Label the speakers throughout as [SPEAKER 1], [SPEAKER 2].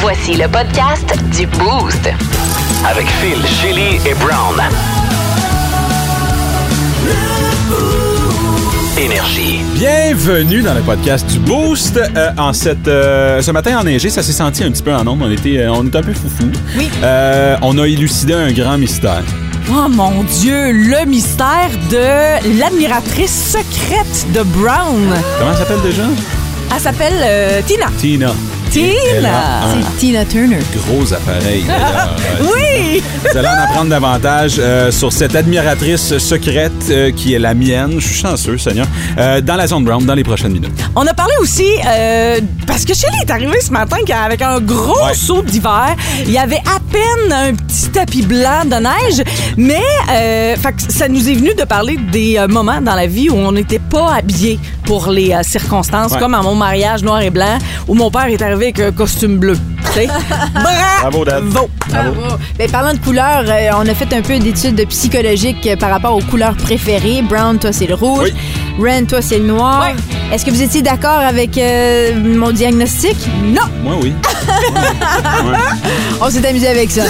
[SPEAKER 1] Voici le podcast du Boost.
[SPEAKER 2] Avec Phil, Chili et Brown. Énergie.
[SPEAKER 3] Bienvenue dans le podcast du Boost. Euh, en cette, euh, ce matin enneigé, ça s'est senti un petit peu en ondes. On était, euh, on était un peu foufou.
[SPEAKER 4] Oui.
[SPEAKER 3] Euh, on a élucidé un grand mystère.
[SPEAKER 4] Oh mon Dieu, le mystère de l'admiratrice secrète de Brown.
[SPEAKER 3] Comment elle s'appelle déjà?
[SPEAKER 4] Elle s'appelle euh, Tina.
[SPEAKER 3] Tina. Elle a
[SPEAKER 4] Tina!
[SPEAKER 3] un
[SPEAKER 5] C'est Tina Turner.
[SPEAKER 3] gros appareil. d'ailleurs. Euh,
[SPEAKER 4] Oui!
[SPEAKER 3] Vous allez en apprendre davantage euh, sur cette admiratrice secrète euh, qui est la mienne. Je suis chanceux, Seigneur. Euh, dans la zone Brown, dans les prochaines minutes.
[SPEAKER 4] On a parlé aussi, euh, parce que Shelly est arrivée ce matin avec un gros
[SPEAKER 3] Ouais.
[SPEAKER 4] seau d'hiver. Il y avait à peine un petit tapis blanc de neige, mais euh, fait que ça nous est venu de parler des euh, moments dans la vie où on n'était pas habillé pour les euh, circonstances,
[SPEAKER 3] Ouais.
[SPEAKER 4] comme à mon mariage noir et blanc, où mon père est arrivé avec un costume bleu. Tu sais?
[SPEAKER 3] Bravo, Dad.
[SPEAKER 5] Bravo. Ben, parlant de couleurs, euh, on a fait un peu d'études psychologiques euh, par rapport aux couleurs préférées. Brown, toi, c'est le rouge. Ren, toi, c'est le noir. Est-ce que vous étiez d'accord avec euh, mon diagnostic? Non!
[SPEAKER 3] Moi, oui.
[SPEAKER 5] On s'est amusé avec ça.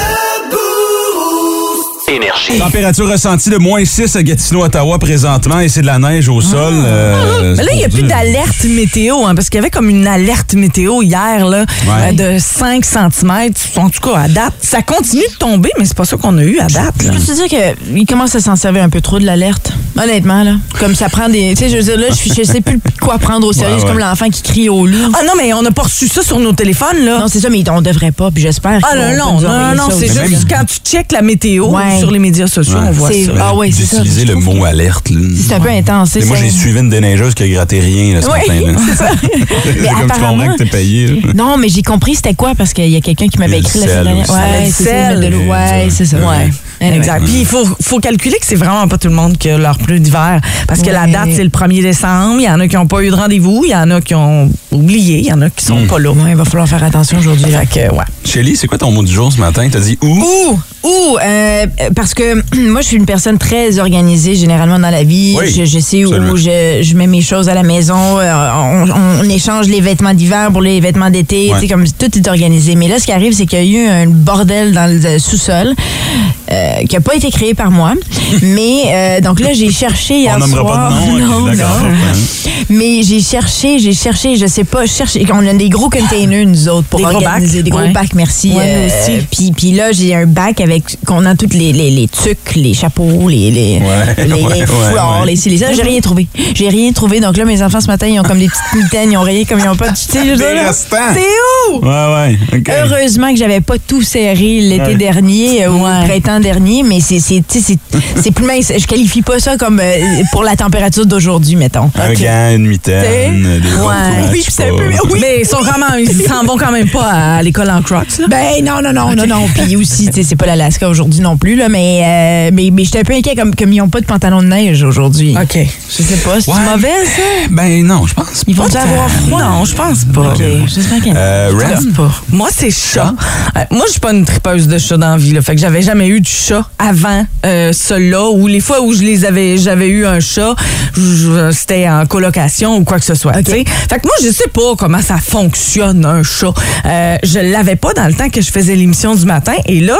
[SPEAKER 2] Énergie.
[SPEAKER 6] Température ressentie de moins 6 à Gatineau, Ottawa présentement et c'est de la neige au sol.
[SPEAKER 7] Ah.
[SPEAKER 6] euh,
[SPEAKER 4] Mais là, il n'y a plus d'alerte météo, hein, parce qu'il y avait comme une alerte météo hier là,
[SPEAKER 6] Ouais.
[SPEAKER 4] euh, de 5 cm. En tout cas, à date, ça continue de tomber, mais c'est pas ça qu'on a eu à date. là.
[SPEAKER 7] Je peux te dire qu'il commence à s'en servir un peu trop de l'alerte. Honnêtement, là. Comme ça prend des. Tu sais, je veux dire, là, je, je sais plus quoi prendre au sérieux.
[SPEAKER 6] Ouais,
[SPEAKER 7] C'est comme
[SPEAKER 6] ouais.
[SPEAKER 7] l'enfant qui crie au loup.
[SPEAKER 4] Ah non, mais on n'a pas reçu ça sur nos téléphones, là.
[SPEAKER 7] Non, c'est ça, mais on devrait pas, puis j'espère.
[SPEAKER 4] ah
[SPEAKER 7] qu'on
[SPEAKER 4] non,
[SPEAKER 7] va
[SPEAKER 4] non,
[SPEAKER 7] nous
[SPEAKER 4] non,
[SPEAKER 7] envoyer
[SPEAKER 4] non,
[SPEAKER 7] ça
[SPEAKER 4] c'est
[SPEAKER 7] aussi.
[SPEAKER 4] juste quand tu checkes la météo
[SPEAKER 7] Ouais.
[SPEAKER 4] sur les médias sociaux,
[SPEAKER 6] Ouais.
[SPEAKER 4] on voit
[SPEAKER 7] C'est-
[SPEAKER 4] ça.
[SPEAKER 7] Ah ouais, c'est ça.
[SPEAKER 6] D'utiliser
[SPEAKER 7] Je
[SPEAKER 6] le
[SPEAKER 7] trouve
[SPEAKER 6] mot
[SPEAKER 7] que
[SPEAKER 6] alerte. là.
[SPEAKER 7] C'est un peu intense, c'est
[SPEAKER 6] Et Moi,
[SPEAKER 7] ça.
[SPEAKER 6] j'ai suivi une déneigeuse qui a gratté rien là, ce
[SPEAKER 7] Oui,
[SPEAKER 6] matin. là.
[SPEAKER 7] c'est ça.
[SPEAKER 6] C'est
[SPEAKER 7] Mais
[SPEAKER 6] comme tu comprends
[SPEAKER 7] apparemment-
[SPEAKER 6] que t'es payé. là.
[SPEAKER 7] Non, mais j'ai compris c'était quoi parce qu'il y a quelqu'un qui
[SPEAKER 6] Et
[SPEAKER 7] m'avait
[SPEAKER 6] le
[SPEAKER 7] écrit la
[SPEAKER 6] sel
[SPEAKER 7] semaine dernière.
[SPEAKER 6] aussi.
[SPEAKER 7] Ouais,
[SPEAKER 4] Le
[SPEAKER 7] c'est
[SPEAKER 4] sel.
[SPEAKER 7] ça. mais de l'eau. Ouais, c'est ça.
[SPEAKER 6] Ouais.
[SPEAKER 7] Ouais. Anyway.
[SPEAKER 4] Exact. Puis il faut, faut calculer que c'est vraiment pas tout le monde qui a leur pneu d'hiver. Parce que la
[SPEAKER 7] Ouais.
[SPEAKER 4] date, c'est le 1er décembre. Il y en a qui n'ont pas eu de rendez-vous. Il y en a qui ont oublié. Il y en a qui
[SPEAKER 6] Hmm.
[SPEAKER 4] sont pas là.
[SPEAKER 7] Ouais, il va falloir faire attention aujourd'hui.
[SPEAKER 4] Fait que, ouais.
[SPEAKER 6] Shelly, c'est quoi ton mot du jour ce matin? T'as dit où?
[SPEAKER 7] Ou, ou, euh, parce que moi, je suis une personne très organisée généralement dans la vie.
[SPEAKER 6] Oui,
[SPEAKER 7] je, je sais
[SPEAKER 6] absolument.
[SPEAKER 7] où je, je mets mes choses à la maison. euh, on, on- on échange les vêtements d'hiver pour les vêtements d'été.
[SPEAKER 6] Ouais.
[SPEAKER 7] tu sais, Comme tout est organisé. Mais là, ce qui arrive, c'est qu'il y a eu un bordel dans le sous-sol euh, qui n'a pas été créé par moi. mais euh, donc là, j'ai cherché hier
[SPEAKER 6] On nommera
[SPEAKER 7] soir.
[SPEAKER 6] pas de nom. ok,
[SPEAKER 7] Non,
[SPEAKER 6] D'accord. hein.
[SPEAKER 7] non. Mais j'ai cherché, j'ai cherché, je sais pas, cherché. On a des gros containers, nous autres, pour
[SPEAKER 4] Des gros
[SPEAKER 7] organiser
[SPEAKER 4] bacs,
[SPEAKER 7] des gros
[SPEAKER 4] ouais.
[SPEAKER 7] bacs, merci. euh,
[SPEAKER 4] Ouais, nous aussi.
[SPEAKER 7] Puis, puis là, j'ai un bac avec qu'on a toutes les, les, les tucs, les chapeaux, les, les,
[SPEAKER 6] Ouais,
[SPEAKER 7] les, les
[SPEAKER 6] ouais, ouais,
[SPEAKER 7] foulards,
[SPEAKER 6] ouais.
[SPEAKER 7] les ci, les ça. J'ai rien trouvé. J'ai rien trouvé. Donc là, mes enfants, ce matin, ils ont comme des petites mitaines, ils ont rien, comme ils ont pas de. Tu sais, je veux dire, là,
[SPEAKER 6] restants.
[SPEAKER 7] C'est où?
[SPEAKER 6] Ouais, ouais. ok.
[SPEAKER 7] Heureusement que j'avais pas tout serré l'été
[SPEAKER 6] Ouais.
[SPEAKER 7] dernier euh, ou le printemps dernier, mais c'est c'est- tu sais, c'est- c'est plus mince. Je qualifie pas ça comme euh, pour la température d'aujourd'hui, mettons.
[SPEAKER 6] Un gant, une mitaine, des gros
[SPEAKER 7] Ouais.
[SPEAKER 6] courants,
[SPEAKER 7] Oui,
[SPEAKER 6] je
[SPEAKER 7] puis
[SPEAKER 6] sais
[SPEAKER 7] c'est
[SPEAKER 6] pas.
[SPEAKER 7] un peu. Oui.
[SPEAKER 4] Mais ils sont vraiment, ils s'en vont quand même pas à l'école en Crocs. Là.
[SPEAKER 7] Ben non, non, non, non, non. Puis aussi, tu sais, c'est pas l'Alaska aujourd'hui non plus, là, mais, euh, mais, mais j'étais un peu inquiet comme, comme ils ont pas de pantalon de neige aujourd'hui.
[SPEAKER 4] OK.
[SPEAKER 7] Je sais pas, c'est
[SPEAKER 6] Ouais.
[SPEAKER 7] mauvais, ça?
[SPEAKER 6] Ben non, je pense
[SPEAKER 7] Ils vont-tu
[SPEAKER 4] Ah,
[SPEAKER 7] avoir froid?
[SPEAKER 4] Non, je pense pas.
[SPEAKER 7] OK, j'espère qu'il y en a.
[SPEAKER 6] Euh, Ren?
[SPEAKER 4] Je pense pas. Moi, c'est chat.
[SPEAKER 7] Ah.
[SPEAKER 4] Euh, moi, je suis pas une tripeuse de chat dans la vie. Là. Fait que j'avais jamais eu de chat avant euh, ceux-là. Ou les fois où je les avais, j'avais eu un chat, je- je- c'était en colocation ou quoi que ce soit. tu sais. Fait que moi, je sais pas comment ça fonctionne un chat. Euh, je l'avais pas dans le temps que je faisais l'émission du matin. Et là,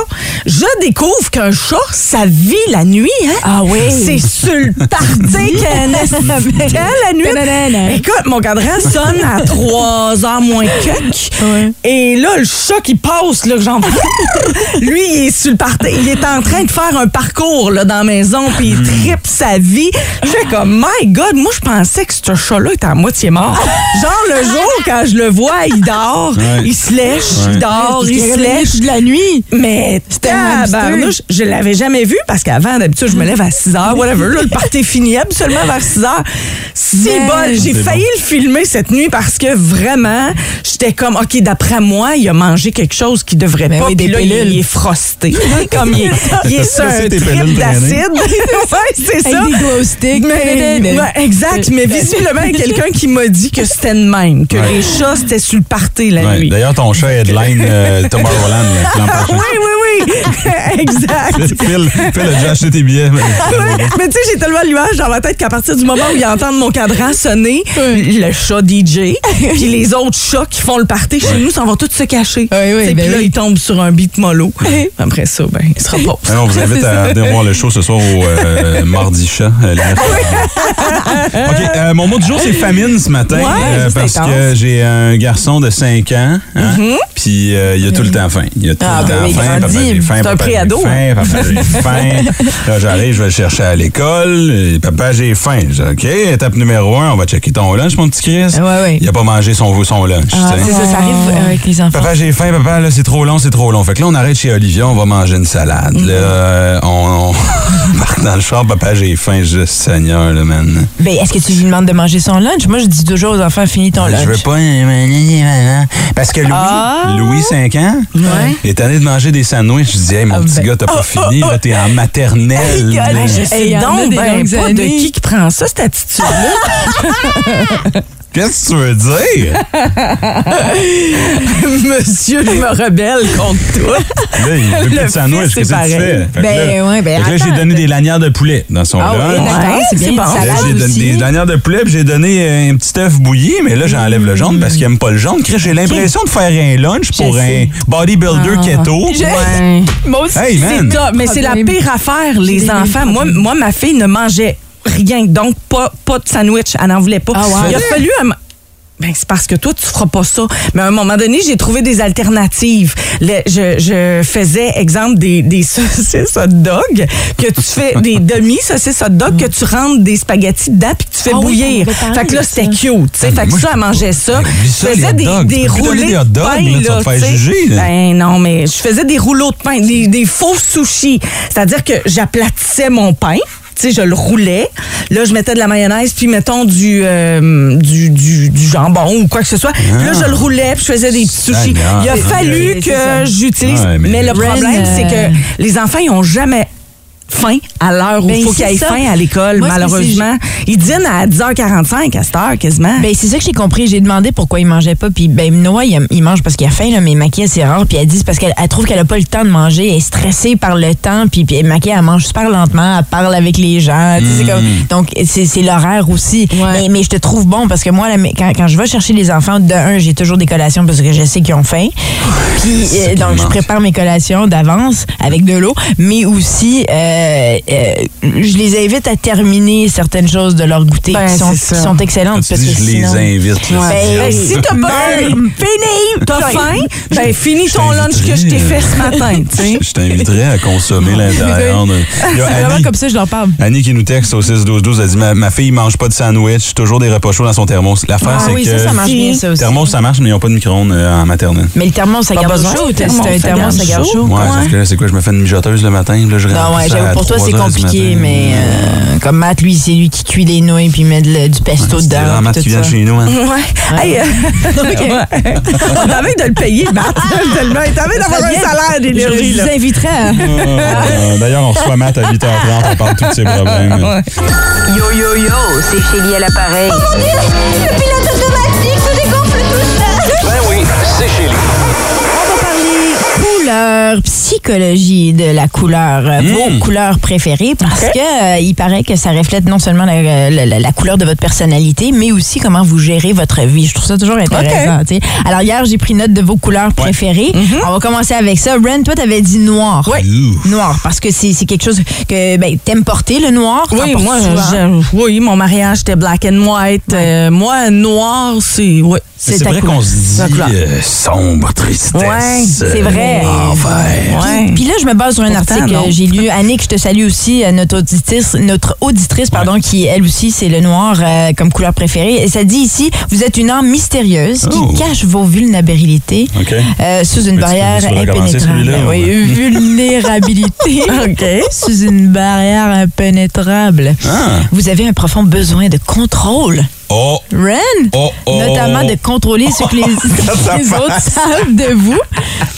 [SPEAKER 4] je découvre qu'un chat, ça vit la nuit. Hein?
[SPEAKER 7] Ah oui?
[SPEAKER 4] C'est sur le parti qu'un est- la nuit.
[SPEAKER 7] Ta-da-da-da.
[SPEAKER 4] Écoute, mon cadran sonne à 3 h moins que. Et là, le chat qui passe, là, que j'en Lui, il est sur le parti. Il est en train de faire un parcours là, dans la maison, puis il tripe sa vie. Je fais comme, my God, moi, je pensais que ce chat-là était à moitié mort. Genre, le jour, quand je le vois, il dort,
[SPEAKER 6] Ouais.
[SPEAKER 4] il se lèche,
[SPEAKER 6] Ouais.
[SPEAKER 4] il dort, il se lèche.
[SPEAKER 7] de la nuit.
[SPEAKER 4] Mais
[SPEAKER 7] un hamster.
[SPEAKER 4] tabarnouche, Ah, je l'avais jamais vu parce qu'avant, d'habitude, je me lève à 6 heures, whatever. Là, le party finit seulement vers 6 heures. C'est
[SPEAKER 7] Mais-
[SPEAKER 4] bon. J'ai
[SPEAKER 6] C'est
[SPEAKER 4] failli le filmer cette nuit parce que vraiment, j'étais comme, OK, d'après moi, il a mangé quelque chose qui devrait
[SPEAKER 7] Ben
[SPEAKER 4] pas.
[SPEAKER 7] oui, des
[SPEAKER 4] Puis là, il-
[SPEAKER 7] pilules.
[SPEAKER 4] il est frosté. comme il est, il est sur
[SPEAKER 6] T'as
[SPEAKER 4] un
[SPEAKER 6] laissé tes
[SPEAKER 4] trip
[SPEAKER 6] pilules traîner.
[SPEAKER 4] d'acide. ouais, c'est
[SPEAKER 7] Avec
[SPEAKER 4] ça.
[SPEAKER 7] des glow sticks.
[SPEAKER 4] Mais,
[SPEAKER 7] Ta-da-da-da.
[SPEAKER 4] ouais, exact. Mais visiblement, il y a quelqu'un qui m'a dit que c'était de même, que
[SPEAKER 6] Ouais.
[SPEAKER 4] les chats, c'était sur le party la
[SPEAKER 6] Ouais,
[SPEAKER 4] nuit.
[SPEAKER 6] D'ailleurs, ton chat headline euh, Tomorrowland là, l'an prochain.
[SPEAKER 4] Oui, oui, oui. oui, exact.
[SPEAKER 6] Phil, Phil a déjà acheté tes billets. mais-
[SPEAKER 4] Ouais, mais tu sais, j'ai tellement de nuages dans ma tête qu'à partir du moment où ils entendent mon cadran sonner, le chat DJ, puis les autres chats qui font le party chez nous s'en vont tous se cacher.
[SPEAKER 7] Oui, oui,
[SPEAKER 4] Tu sais,
[SPEAKER 7] ben
[SPEAKER 4] puis là,
[SPEAKER 7] oui.
[SPEAKER 4] ils tombent sur un beat mollo. Après ça, ben, ils se reposent.
[SPEAKER 6] Alors, on Ah vous invite à venir voir le show ce soir au euh, Mardi Chat. euh, les mercredis. OK, euh, mon mot du jour, c'est famine ce matin. euh,
[SPEAKER 4] Ouais, c'est
[SPEAKER 6] parce
[SPEAKER 4] intense.
[SPEAKER 6] que j'ai un garçon de 5 ans, hein, puis euh, il a tout le temps faim. Il a tout
[SPEAKER 7] Ah,
[SPEAKER 6] le
[SPEAKER 7] ben
[SPEAKER 6] temps
[SPEAKER 7] oui,
[SPEAKER 6] faim.
[SPEAKER 4] grandit.
[SPEAKER 6] papa, j'ai faim.
[SPEAKER 4] C'est un
[SPEAKER 6] papa, j'ai
[SPEAKER 4] pré-ado,
[SPEAKER 6] faim, Papa, j'ai faim. Là, j'arrive, je vais le chercher à l'école. Et Papa, j'ai faim. Je dis, OK, étape numéro 1, on va checker ton lunch, mon petit Chris.
[SPEAKER 7] Ah Ouais, ouais.
[SPEAKER 6] Il a pas mangé son, son lunch. tu
[SPEAKER 7] Ah,
[SPEAKER 6] sais.
[SPEAKER 7] c'est ça, ça arrive avec les enfants.
[SPEAKER 6] Papa, j'ai faim, papa, là, c'est trop long, c'est trop long. Fait que là, on arrête chez Olivier, on va manger une salade.
[SPEAKER 7] Mm-hmm.
[SPEAKER 6] Là, euh, on, on part dans le char, papa, j'ai faim, juste Seigneur, là, man.
[SPEAKER 7] Ben, est-ce que tu lui demandes de manger son lunch? Moi, je dis toujours aux enfants, finis ton lunch.
[SPEAKER 6] Je veux pas. Parce que Louis,
[SPEAKER 7] Ah!
[SPEAKER 6] Louis 5 ans, est allé de manger des sandwichs. Je dis, hey, mon petit
[SPEAKER 7] ben.
[SPEAKER 6] gars, t'as pas fini, là, t'es en maternelle.
[SPEAKER 7] Ah,
[SPEAKER 6] là.
[SPEAKER 7] je
[SPEAKER 4] C'est
[SPEAKER 7] Oh, Hey, y en a
[SPEAKER 4] donc
[SPEAKER 7] des
[SPEAKER 4] ben,
[SPEAKER 7] longues
[SPEAKER 4] pas de
[SPEAKER 7] années.
[SPEAKER 4] qui qui prend ça, cette attitude-là.
[SPEAKER 6] Qu'est-ce que tu veux dire?
[SPEAKER 4] Monsieur, je me rebelle contre toi.
[SPEAKER 6] Là, il veut plus
[SPEAKER 4] Le
[SPEAKER 6] de sandwich,
[SPEAKER 4] fils,
[SPEAKER 6] qu'est-ce que
[SPEAKER 4] c'est
[SPEAKER 6] tu fais?
[SPEAKER 4] pareil.
[SPEAKER 6] Fait que
[SPEAKER 7] Ben,
[SPEAKER 6] là-
[SPEAKER 7] ouais, ben,
[SPEAKER 6] fait que là, j'ai
[SPEAKER 7] attends,
[SPEAKER 6] donné des lanières de poulet dans son
[SPEAKER 7] Ah, ouais,
[SPEAKER 6] lunch.
[SPEAKER 7] d'accord,
[SPEAKER 4] Ouais,
[SPEAKER 7] c'est bien.
[SPEAKER 4] c'est bon.
[SPEAKER 7] une
[SPEAKER 4] Là,
[SPEAKER 6] Là,
[SPEAKER 7] salade
[SPEAKER 6] Ben, j'ai donné
[SPEAKER 7] aussi.
[SPEAKER 6] des lanières de poulet, puis j'ai donné euh, un petit œuf bouilli, mais là, j'enlève le jaune parce qu'il aime pas le jaune. Chris, J'ai l'impression de faire un lunch pour un
[SPEAKER 7] sais. Ah.
[SPEAKER 6] bodybuilder keto.
[SPEAKER 7] Ouais. Ah,
[SPEAKER 4] Moi aussi,
[SPEAKER 6] Hey,
[SPEAKER 4] c'est
[SPEAKER 6] man.
[SPEAKER 4] top. Mais c'est la
[SPEAKER 7] Problème.
[SPEAKER 4] pire affaire, les
[SPEAKER 7] des
[SPEAKER 4] enfants. Moi, moi, ma fille ne mangeait rien, donc pas, pas de sandwich. Elle n'en voulait pas.
[SPEAKER 7] Ah, wow.
[SPEAKER 4] Il a fallu... un mo- Ben, c'est parce que toi, tu feras pas ça. Mais à un moment donné, j'ai trouvé des alternatives. Le- je, je faisais, exemple, des, des saucisses hot dog, que tu fais des demi-saucisses hot dog, que tu rentres des spaghettis dedans puis que tu fais
[SPEAKER 7] Ah oui,
[SPEAKER 4] bouillir.
[SPEAKER 7] ça me fait
[SPEAKER 4] fait que là,
[SPEAKER 7] parler,
[SPEAKER 4] c'était
[SPEAKER 7] ça.
[SPEAKER 4] cute. tu sais. Fait que
[SPEAKER 6] Ah, moi, je
[SPEAKER 4] ça,
[SPEAKER 6] peux
[SPEAKER 4] elle
[SPEAKER 6] pas.
[SPEAKER 4] mangeait ça.
[SPEAKER 6] Mais oublie ça,
[SPEAKER 4] je faisais
[SPEAKER 6] les
[SPEAKER 4] des,
[SPEAKER 6] hot dogs. Tu
[SPEAKER 4] des
[SPEAKER 6] peux plus donner
[SPEAKER 4] roulés
[SPEAKER 6] des hot
[SPEAKER 4] de
[SPEAKER 6] dogs,
[SPEAKER 4] pain.
[SPEAKER 6] là, tu vas te
[SPEAKER 4] tu
[SPEAKER 6] faire
[SPEAKER 4] sais.
[SPEAKER 6] juger, là.
[SPEAKER 4] Ben non, mais je faisais des rouleaux de pain, des, des faux sushis. C'est-à-dire que j'aplatissais mon pain. Tu sais, je le roulais. Là, je mettais de la mayonnaise, puis mettons du, euh, du, du, du jambon ou quoi que ce soit. Puis là, je le roulais, puis je faisais des petits sushis.
[SPEAKER 6] Seigneur.
[SPEAKER 4] Il a
[SPEAKER 6] C'est-
[SPEAKER 4] fallu
[SPEAKER 7] c'est- c'est
[SPEAKER 4] que
[SPEAKER 7] ça.
[SPEAKER 4] j'utilise.
[SPEAKER 6] Ouais, mais-
[SPEAKER 4] mais, le
[SPEAKER 7] Ren,
[SPEAKER 4] problème, c'est
[SPEAKER 7] euh,
[SPEAKER 4] que les enfants, ils n'ont jamais faim à l'heure où
[SPEAKER 7] Ben,
[SPEAKER 4] il faut
[SPEAKER 7] c'est
[SPEAKER 4] qu'ils aient
[SPEAKER 7] ça.
[SPEAKER 4] faim à l'école,
[SPEAKER 7] Moi, ce que c'est-
[SPEAKER 4] malheureusement. Ils dînent à 10h45, à cette heure quasiment.
[SPEAKER 7] Ben, c'est ça que j'ai compris. J'ai demandé pourquoi il mangeait pas. Puis, ben, Noah, il, il mange parce qu'il a faim, là, mais Maquia, c'est rare. Puis, elle dit c'est parce qu'elle elle trouve qu'elle a pas le temps de manger. Elle est stressée par le temps. Puis, puis Maquia, elle mange super lentement. Elle parle avec les gens. Tu sais, c'est comme,
[SPEAKER 6] Mm.
[SPEAKER 7] donc, c'est c'est l'horaire aussi. Mais, mais je te trouve bon parce que moi, la- quand, quand je vais chercher les enfants, de un, j'ai toujours des collations parce que je sais qu'ils ont faim. Puis, euh, donc, je prépare mes collations d'avance avec de l'eau. Mais aussi, euh, euh, je les invite à terminer certaines choses de leur goûter
[SPEAKER 4] Ben,
[SPEAKER 7] qui, sont,
[SPEAKER 4] c'est ça.
[SPEAKER 7] qui sont excellentes.
[SPEAKER 6] Tu
[SPEAKER 7] parce
[SPEAKER 6] dis,
[SPEAKER 7] que
[SPEAKER 6] je les
[SPEAKER 7] sinon-
[SPEAKER 6] invite. là,
[SPEAKER 7] Ouais.
[SPEAKER 6] c'est
[SPEAKER 7] Ben,
[SPEAKER 6] idiot.
[SPEAKER 4] Si t'as pas fini, t'as faim, ben finis ton
[SPEAKER 6] t'inviterai,
[SPEAKER 4] lunch que je t'ai fait
[SPEAKER 7] euh,
[SPEAKER 4] ce matin, tu sais.
[SPEAKER 6] Je- Je t'inviterais à consommer l'intérieur. de- Il y a
[SPEAKER 7] C'est vraiment
[SPEAKER 6] Annie-
[SPEAKER 7] comme ça, je leur parle.
[SPEAKER 6] Annie qui nous texte au 6-12-12, elle dit ma, ma fille mange pas de sandwich, toujours des repas chauds dans son thermos. L'affaire,
[SPEAKER 7] Ah
[SPEAKER 6] c'est
[SPEAKER 7] oui,
[SPEAKER 6] que.
[SPEAKER 7] ça, ça marche bien, ça aussi.
[SPEAKER 6] Thermos, ça marche, mais ils n'ont pas de micro-ondes euh, en maternelle.
[SPEAKER 7] Mais le thermos, ça
[SPEAKER 4] Pas
[SPEAKER 7] garde
[SPEAKER 4] besoin.
[SPEAKER 7] chaud.
[SPEAKER 4] Le
[SPEAKER 7] t'as-
[SPEAKER 4] thermos,
[SPEAKER 7] C'est un
[SPEAKER 4] ça
[SPEAKER 7] thermos, ça
[SPEAKER 4] garde
[SPEAKER 7] garde
[SPEAKER 4] chaud.
[SPEAKER 7] chaud.
[SPEAKER 6] Ouais, parce que là, c'est quoi, je me fais une mijoteuse le matin, puis là, je
[SPEAKER 7] hein? Non,
[SPEAKER 6] remplis
[SPEAKER 7] ouais,
[SPEAKER 6] ça
[SPEAKER 7] j'avoue,
[SPEAKER 6] à
[SPEAKER 7] pour toi,
[SPEAKER 6] 3
[SPEAKER 7] c'est
[SPEAKER 6] heures du
[SPEAKER 7] compliqué,
[SPEAKER 6] matin.
[SPEAKER 7] mais euh, comme Matt, lui, c'est lui qui cuit les nouilles puis met de la- du pesto
[SPEAKER 6] C'est
[SPEAKER 7] dedans.
[SPEAKER 6] vraiment
[SPEAKER 7] puis
[SPEAKER 6] Matt
[SPEAKER 7] tout
[SPEAKER 6] qui vient
[SPEAKER 7] ça.
[SPEAKER 6] chez nous, hein.
[SPEAKER 4] Ouais. Hey, euh, ouais. On est en train de le payer, Matt.
[SPEAKER 7] Ah!
[SPEAKER 4] Tellement. T'as envie d'avoir un
[SPEAKER 7] Bien.
[SPEAKER 4] salaire d'énergie,
[SPEAKER 7] Je
[SPEAKER 4] là.
[SPEAKER 7] vous inviterai à...
[SPEAKER 6] Euh, D'ailleurs, on reçoit Matt à 8h30, on parle de tous ses problèmes.
[SPEAKER 1] Yo, yo, yo, c'est Chélie à l'appareil.
[SPEAKER 2] Ben oui, c'est Chélie.
[SPEAKER 7] On va parler couleur, psychologie de la couleur,
[SPEAKER 4] Hmm.
[SPEAKER 7] euh, vos couleurs préférées, parce que euh, il paraît que ça reflète non seulement la, euh, la- la- la couleur de votre personnalité, mais aussi comment vous gérez votre vie. Je trouve ça toujours intéressant. tu sais. Alors hier, j'ai pris note de vos couleurs préférées.
[SPEAKER 4] Mm-hmm.
[SPEAKER 7] On va commencer avec ça. Ren, toi, t'avais dit noir.
[SPEAKER 6] Ouh.
[SPEAKER 7] Noir, parce que c'est c'est quelque chose que ben, t'aimes porter, le noir. t'en hein?
[SPEAKER 4] Oui,
[SPEAKER 7] portes
[SPEAKER 4] moi,
[SPEAKER 7] souvent.
[SPEAKER 4] je- oui, mon mariage était black and white. Euh, moi, noir, c'est. Ouais,
[SPEAKER 6] Mais C'est
[SPEAKER 4] ta
[SPEAKER 6] vrai
[SPEAKER 4] couleur.
[SPEAKER 6] qu'on se
[SPEAKER 4] Ta
[SPEAKER 6] dit
[SPEAKER 4] couleur.
[SPEAKER 6] euh, sombre, tristesse.
[SPEAKER 4] Ouais,
[SPEAKER 7] c'est vrai.
[SPEAKER 6] euh, envers.
[SPEAKER 4] Ouais.
[SPEAKER 7] Puis là, je me base sur un
[SPEAKER 4] Pourtant,
[SPEAKER 7] article
[SPEAKER 4] non.
[SPEAKER 7] que j'ai lu. Annick, je te salue aussi, euh, notre auditrice, notre auditrice pardon, qui, elle aussi, c'est le noir euh, comme couleur préférée. Et ça dit ici, vous êtes une âme mystérieuse
[SPEAKER 6] Oh.
[SPEAKER 7] qui cache vos vulnérabilités
[SPEAKER 6] OK.
[SPEAKER 7] euh, sous une
[SPEAKER 6] Mais tu
[SPEAKER 7] barrière
[SPEAKER 6] peux- tu peux le recommencer,
[SPEAKER 7] impénétrable.
[SPEAKER 6] celui-là, hein?
[SPEAKER 7] Oui, vulnérabilité
[SPEAKER 4] OK.
[SPEAKER 7] sous une barrière impénétrable.
[SPEAKER 6] Ah.
[SPEAKER 7] Vous avez un profond besoin de contrôle.
[SPEAKER 6] Oh,
[SPEAKER 7] Ren,
[SPEAKER 6] oh, oh.
[SPEAKER 7] notamment de contrôler ce que les,
[SPEAKER 6] ta
[SPEAKER 7] les autres savent de vous.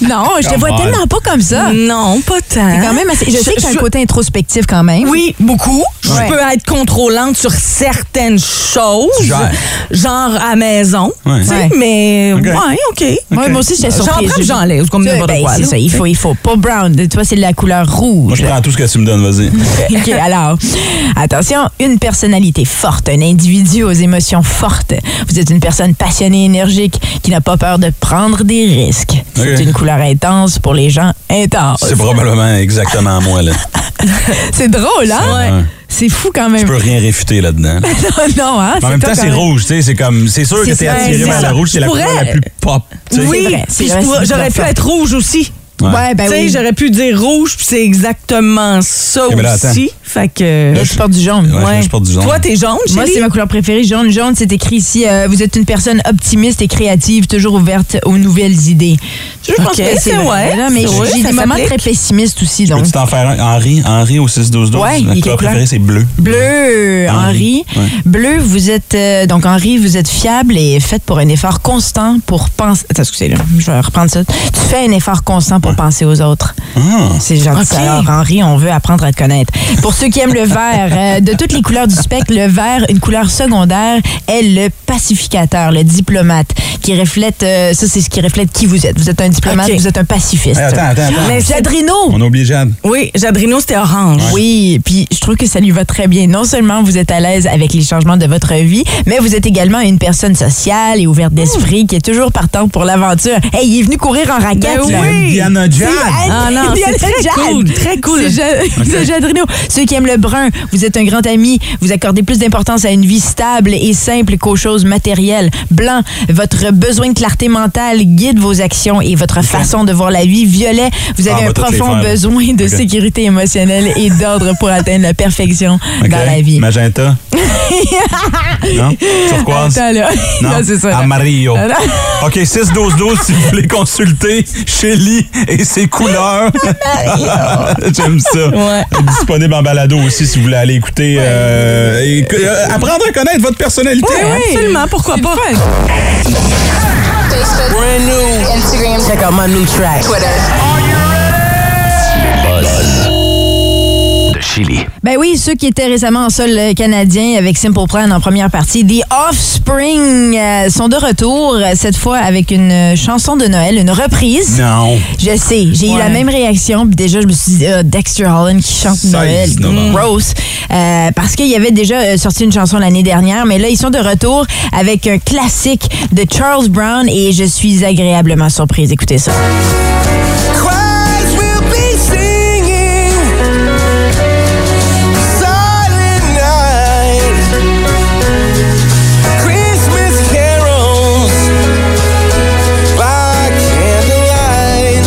[SPEAKER 7] Non, je te
[SPEAKER 6] Come
[SPEAKER 7] vois
[SPEAKER 6] on.
[SPEAKER 7] tellement pas comme ça.
[SPEAKER 4] Non, pas tant.
[SPEAKER 6] Hein?
[SPEAKER 7] Quand même assez- je sais que
[SPEAKER 4] Je-
[SPEAKER 7] t'as un
[SPEAKER 4] je-
[SPEAKER 7] côté introspectif quand même.
[SPEAKER 4] Oui, beaucoup. Je peux être contrôlante sur certaines choses,
[SPEAKER 6] Genre.
[SPEAKER 4] genre à maison, tu sais,
[SPEAKER 7] Ouais.
[SPEAKER 4] mais
[SPEAKER 6] Ok.
[SPEAKER 4] ouais, OK.
[SPEAKER 7] Moi, moi aussi, j'étais
[SPEAKER 4] J'en
[SPEAKER 7] surprise.
[SPEAKER 4] prends, j'enlève, comme
[SPEAKER 7] Ben,
[SPEAKER 4] n'importe quoi.
[SPEAKER 7] c'est
[SPEAKER 4] là.
[SPEAKER 7] ça, il faut, il faut. Pas brown, de toi, c'est de la couleur
[SPEAKER 6] Moi,
[SPEAKER 7] rouge.
[SPEAKER 6] je prends tout ce que tu me donnes, vas-y.
[SPEAKER 7] OK, alors, attention, une personnalité forte, un individu aux émotions fortes. Vous êtes une personne passionnée, énergique, qui n'a pas peur de prendre des risques. C'est
[SPEAKER 6] OK.
[SPEAKER 7] une couleur intense pour les gens intenses.
[SPEAKER 6] C'est probablement exactement moi, là.
[SPEAKER 7] C'est drôle, hein?
[SPEAKER 6] Ouais.
[SPEAKER 7] C'est fou quand
[SPEAKER 6] Je
[SPEAKER 7] même.
[SPEAKER 6] peux rien réfuter là-dedans.
[SPEAKER 7] non, non, hein?
[SPEAKER 6] Mais en même
[SPEAKER 7] pas
[SPEAKER 6] temps, c'est
[SPEAKER 7] correct.
[SPEAKER 6] rouge, tu sais. C'est comme. C'est sûr que
[SPEAKER 7] C'est
[SPEAKER 6] t'es
[SPEAKER 7] ça,
[SPEAKER 6] attiré
[SPEAKER 7] c'est
[SPEAKER 6] vers
[SPEAKER 7] ça.
[SPEAKER 6] la rouge, c'est la
[SPEAKER 4] Je
[SPEAKER 6] couleur
[SPEAKER 4] pourrais-
[SPEAKER 6] la plus pop, tu sais.
[SPEAKER 4] Oui,
[SPEAKER 7] C'est vrai, c'est
[SPEAKER 4] puis je
[SPEAKER 7] vrai,
[SPEAKER 4] pourrais-
[SPEAKER 7] c'est
[SPEAKER 4] j'aurais pu
[SPEAKER 7] bizarre.
[SPEAKER 4] être rouge aussi.
[SPEAKER 7] Ouais, ben
[SPEAKER 4] Tu sais,
[SPEAKER 7] oui. Eh ben
[SPEAKER 4] j'aurais pu dire rouge, puis c'est exactement ça
[SPEAKER 6] Ok, mais là,
[SPEAKER 4] aussi. Fait que.
[SPEAKER 7] Là, tu portes du jaune.
[SPEAKER 6] Ouais, moi, je porte du jaune.
[SPEAKER 4] Toi, t'es jaune,
[SPEAKER 7] Moi,
[SPEAKER 4] Chélie?
[SPEAKER 7] c'est ma couleur préférée, jaune. Jaune, c'est écrit ici, euh, vous êtes une personne optimiste et créative, toujours ouverte aux nouvelles idées. Je
[SPEAKER 4] pense que c'est vrai.
[SPEAKER 7] Non, mais
[SPEAKER 4] C'est vrai,
[SPEAKER 7] j'ai
[SPEAKER 4] ça
[SPEAKER 7] des moments
[SPEAKER 4] s'applique.
[SPEAKER 7] très pessimistes aussi, donc.
[SPEAKER 6] Peux-tu t'en faire un? Henri, Henri au 6-12-12.
[SPEAKER 7] Ouais, il
[SPEAKER 6] Ma
[SPEAKER 7] est
[SPEAKER 6] couleur
[SPEAKER 7] quelle
[SPEAKER 6] préférée,
[SPEAKER 7] couleur?
[SPEAKER 6] c'est bleu.
[SPEAKER 7] Bleu,
[SPEAKER 6] Henri.
[SPEAKER 7] Henri.
[SPEAKER 6] Ouais.
[SPEAKER 7] Bleu, vous êtes euh, donc Henri, vous êtes fiable et faites pour un effort constant pour penser. Attends, excusez là, je vais reprendre ça. Tu fais un effort constant pour penser aux autres.
[SPEAKER 6] Ah,
[SPEAKER 7] C'est gentil.
[SPEAKER 4] Ok.
[SPEAKER 7] Alors Henri, on veut apprendre à te connaître. Pour ceux qui aiment le vert, euh, de toutes les couleurs du spectre, le vert, une couleur secondaire, est le pacificateur, le diplomate, qui reflète. euh, ça, c'est ce qui reflète qui vous êtes. Vous êtes un diplomate,
[SPEAKER 4] Ok.
[SPEAKER 7] vous êtes un pacifiste.
[SPEAKER 6] Hey, attends, attends, attends.
[SPEAKER 7] Mais Jadrino,
[SPEAKER 6] On est obligé Jade.
[SPEAKER 4] Oui, Jadrino, c'était orange.
[SPEAKER 7] oui, puis je trouve que ça lui va très bien. Non seulement vous êtes à l'aise avec les changements de votre vie, mais vous êtes également une personne sociale et ouverte d'esprit qui est toujours partante pour l'aventure. Hey, il est venu courir en raquette.
[SPEAKER 4] Ben
[SPEAKER 7] là.
[SPEAKER 4] oui.
[SPEAKER 6] Diana Jade.
[SPEAKER 4] Ah non, c'est très cool, très cool.
[SPEAKER 7] C'est Ja- c'est Jadrino. Ceux qui aiment le brun, vous êtes un grand ami. Vous accordez plus d'importance à une vie stable et simple qu'aux choses matérielles. Blanc, votre besoin de clarté mentale guide vos actions et votre façon de voir la vie. Violet, vous
[SPEAKER 6] Ah,
[SPEAKER 7] avez
[SPEAKER 6] on
[SPEAKER 7] un
[SPEAKER 6] va toutes les
[SPEAKER 7] profond
[SPEAKER 6] faire, là.
[SPEAKER 7] besoin de
[SPEAKER 6] Ok.
[SPEAKER 7] sécurité émotionnelle et d'ordre pour atteindre la perfection
[SPEAKER 6] Ok.
[SPEAKER 7] dans la vie.
[SPEAKER 6] Magenta. non? Turquoise.
[SPEAKER 7] Attends, là.
[SPEAKER 6] Non,
[SPEAKER 7] Non, c'est ça.
[SPEAKER 6] Amarillo.
[SPEAKER 7] Ah,
[SPEAKER 6] OK, 6-12-12, si vous voulez consulter Shelly et ses couleurs. J'aime ça.
[SPEAKER 4] Ouais.
[SPEAKER 6] Disponible en balado aussi si vous voulez aller écouter. euh, écou- euh, apprendre à connaître votre personnalité.
[SPEAKER 4] Oui, absolument, pourquoi pas?
[SPEAKER 2] Brand new. Instagram. Check out my new track. Twitter.
[SPEAKER 8] de Chili.
[SPEAKER 7] Ben oui, ceux qui étaient récemment en sol euh, canadien avec Simple Plan en première partie, The Offspring euh, sont de retour, euh, cette fois avec une euh, chanson de Noël, une reprise.
[SPEAKER 6] Non.
[SPEAKER 7] Je sais, j'ai eu
[SPEAKER 4] Ouais.
[SPEAKER 7] la même réaction. puis Déjà, je me suis dit, Ah, Dexter Holland qui chante
[SPEAKER 6] 16
[SPEAKER 7] Noël.
[SPEAKER 6] novembre.
[SPEAKER 7] Gross. Euh, parce qu'il y avait déjà euh, sorti une chanson l'année dernière, mais là, ils sont de retour avec un classique de Charles Brown et je suis agréablement surprise. Écoutez ça.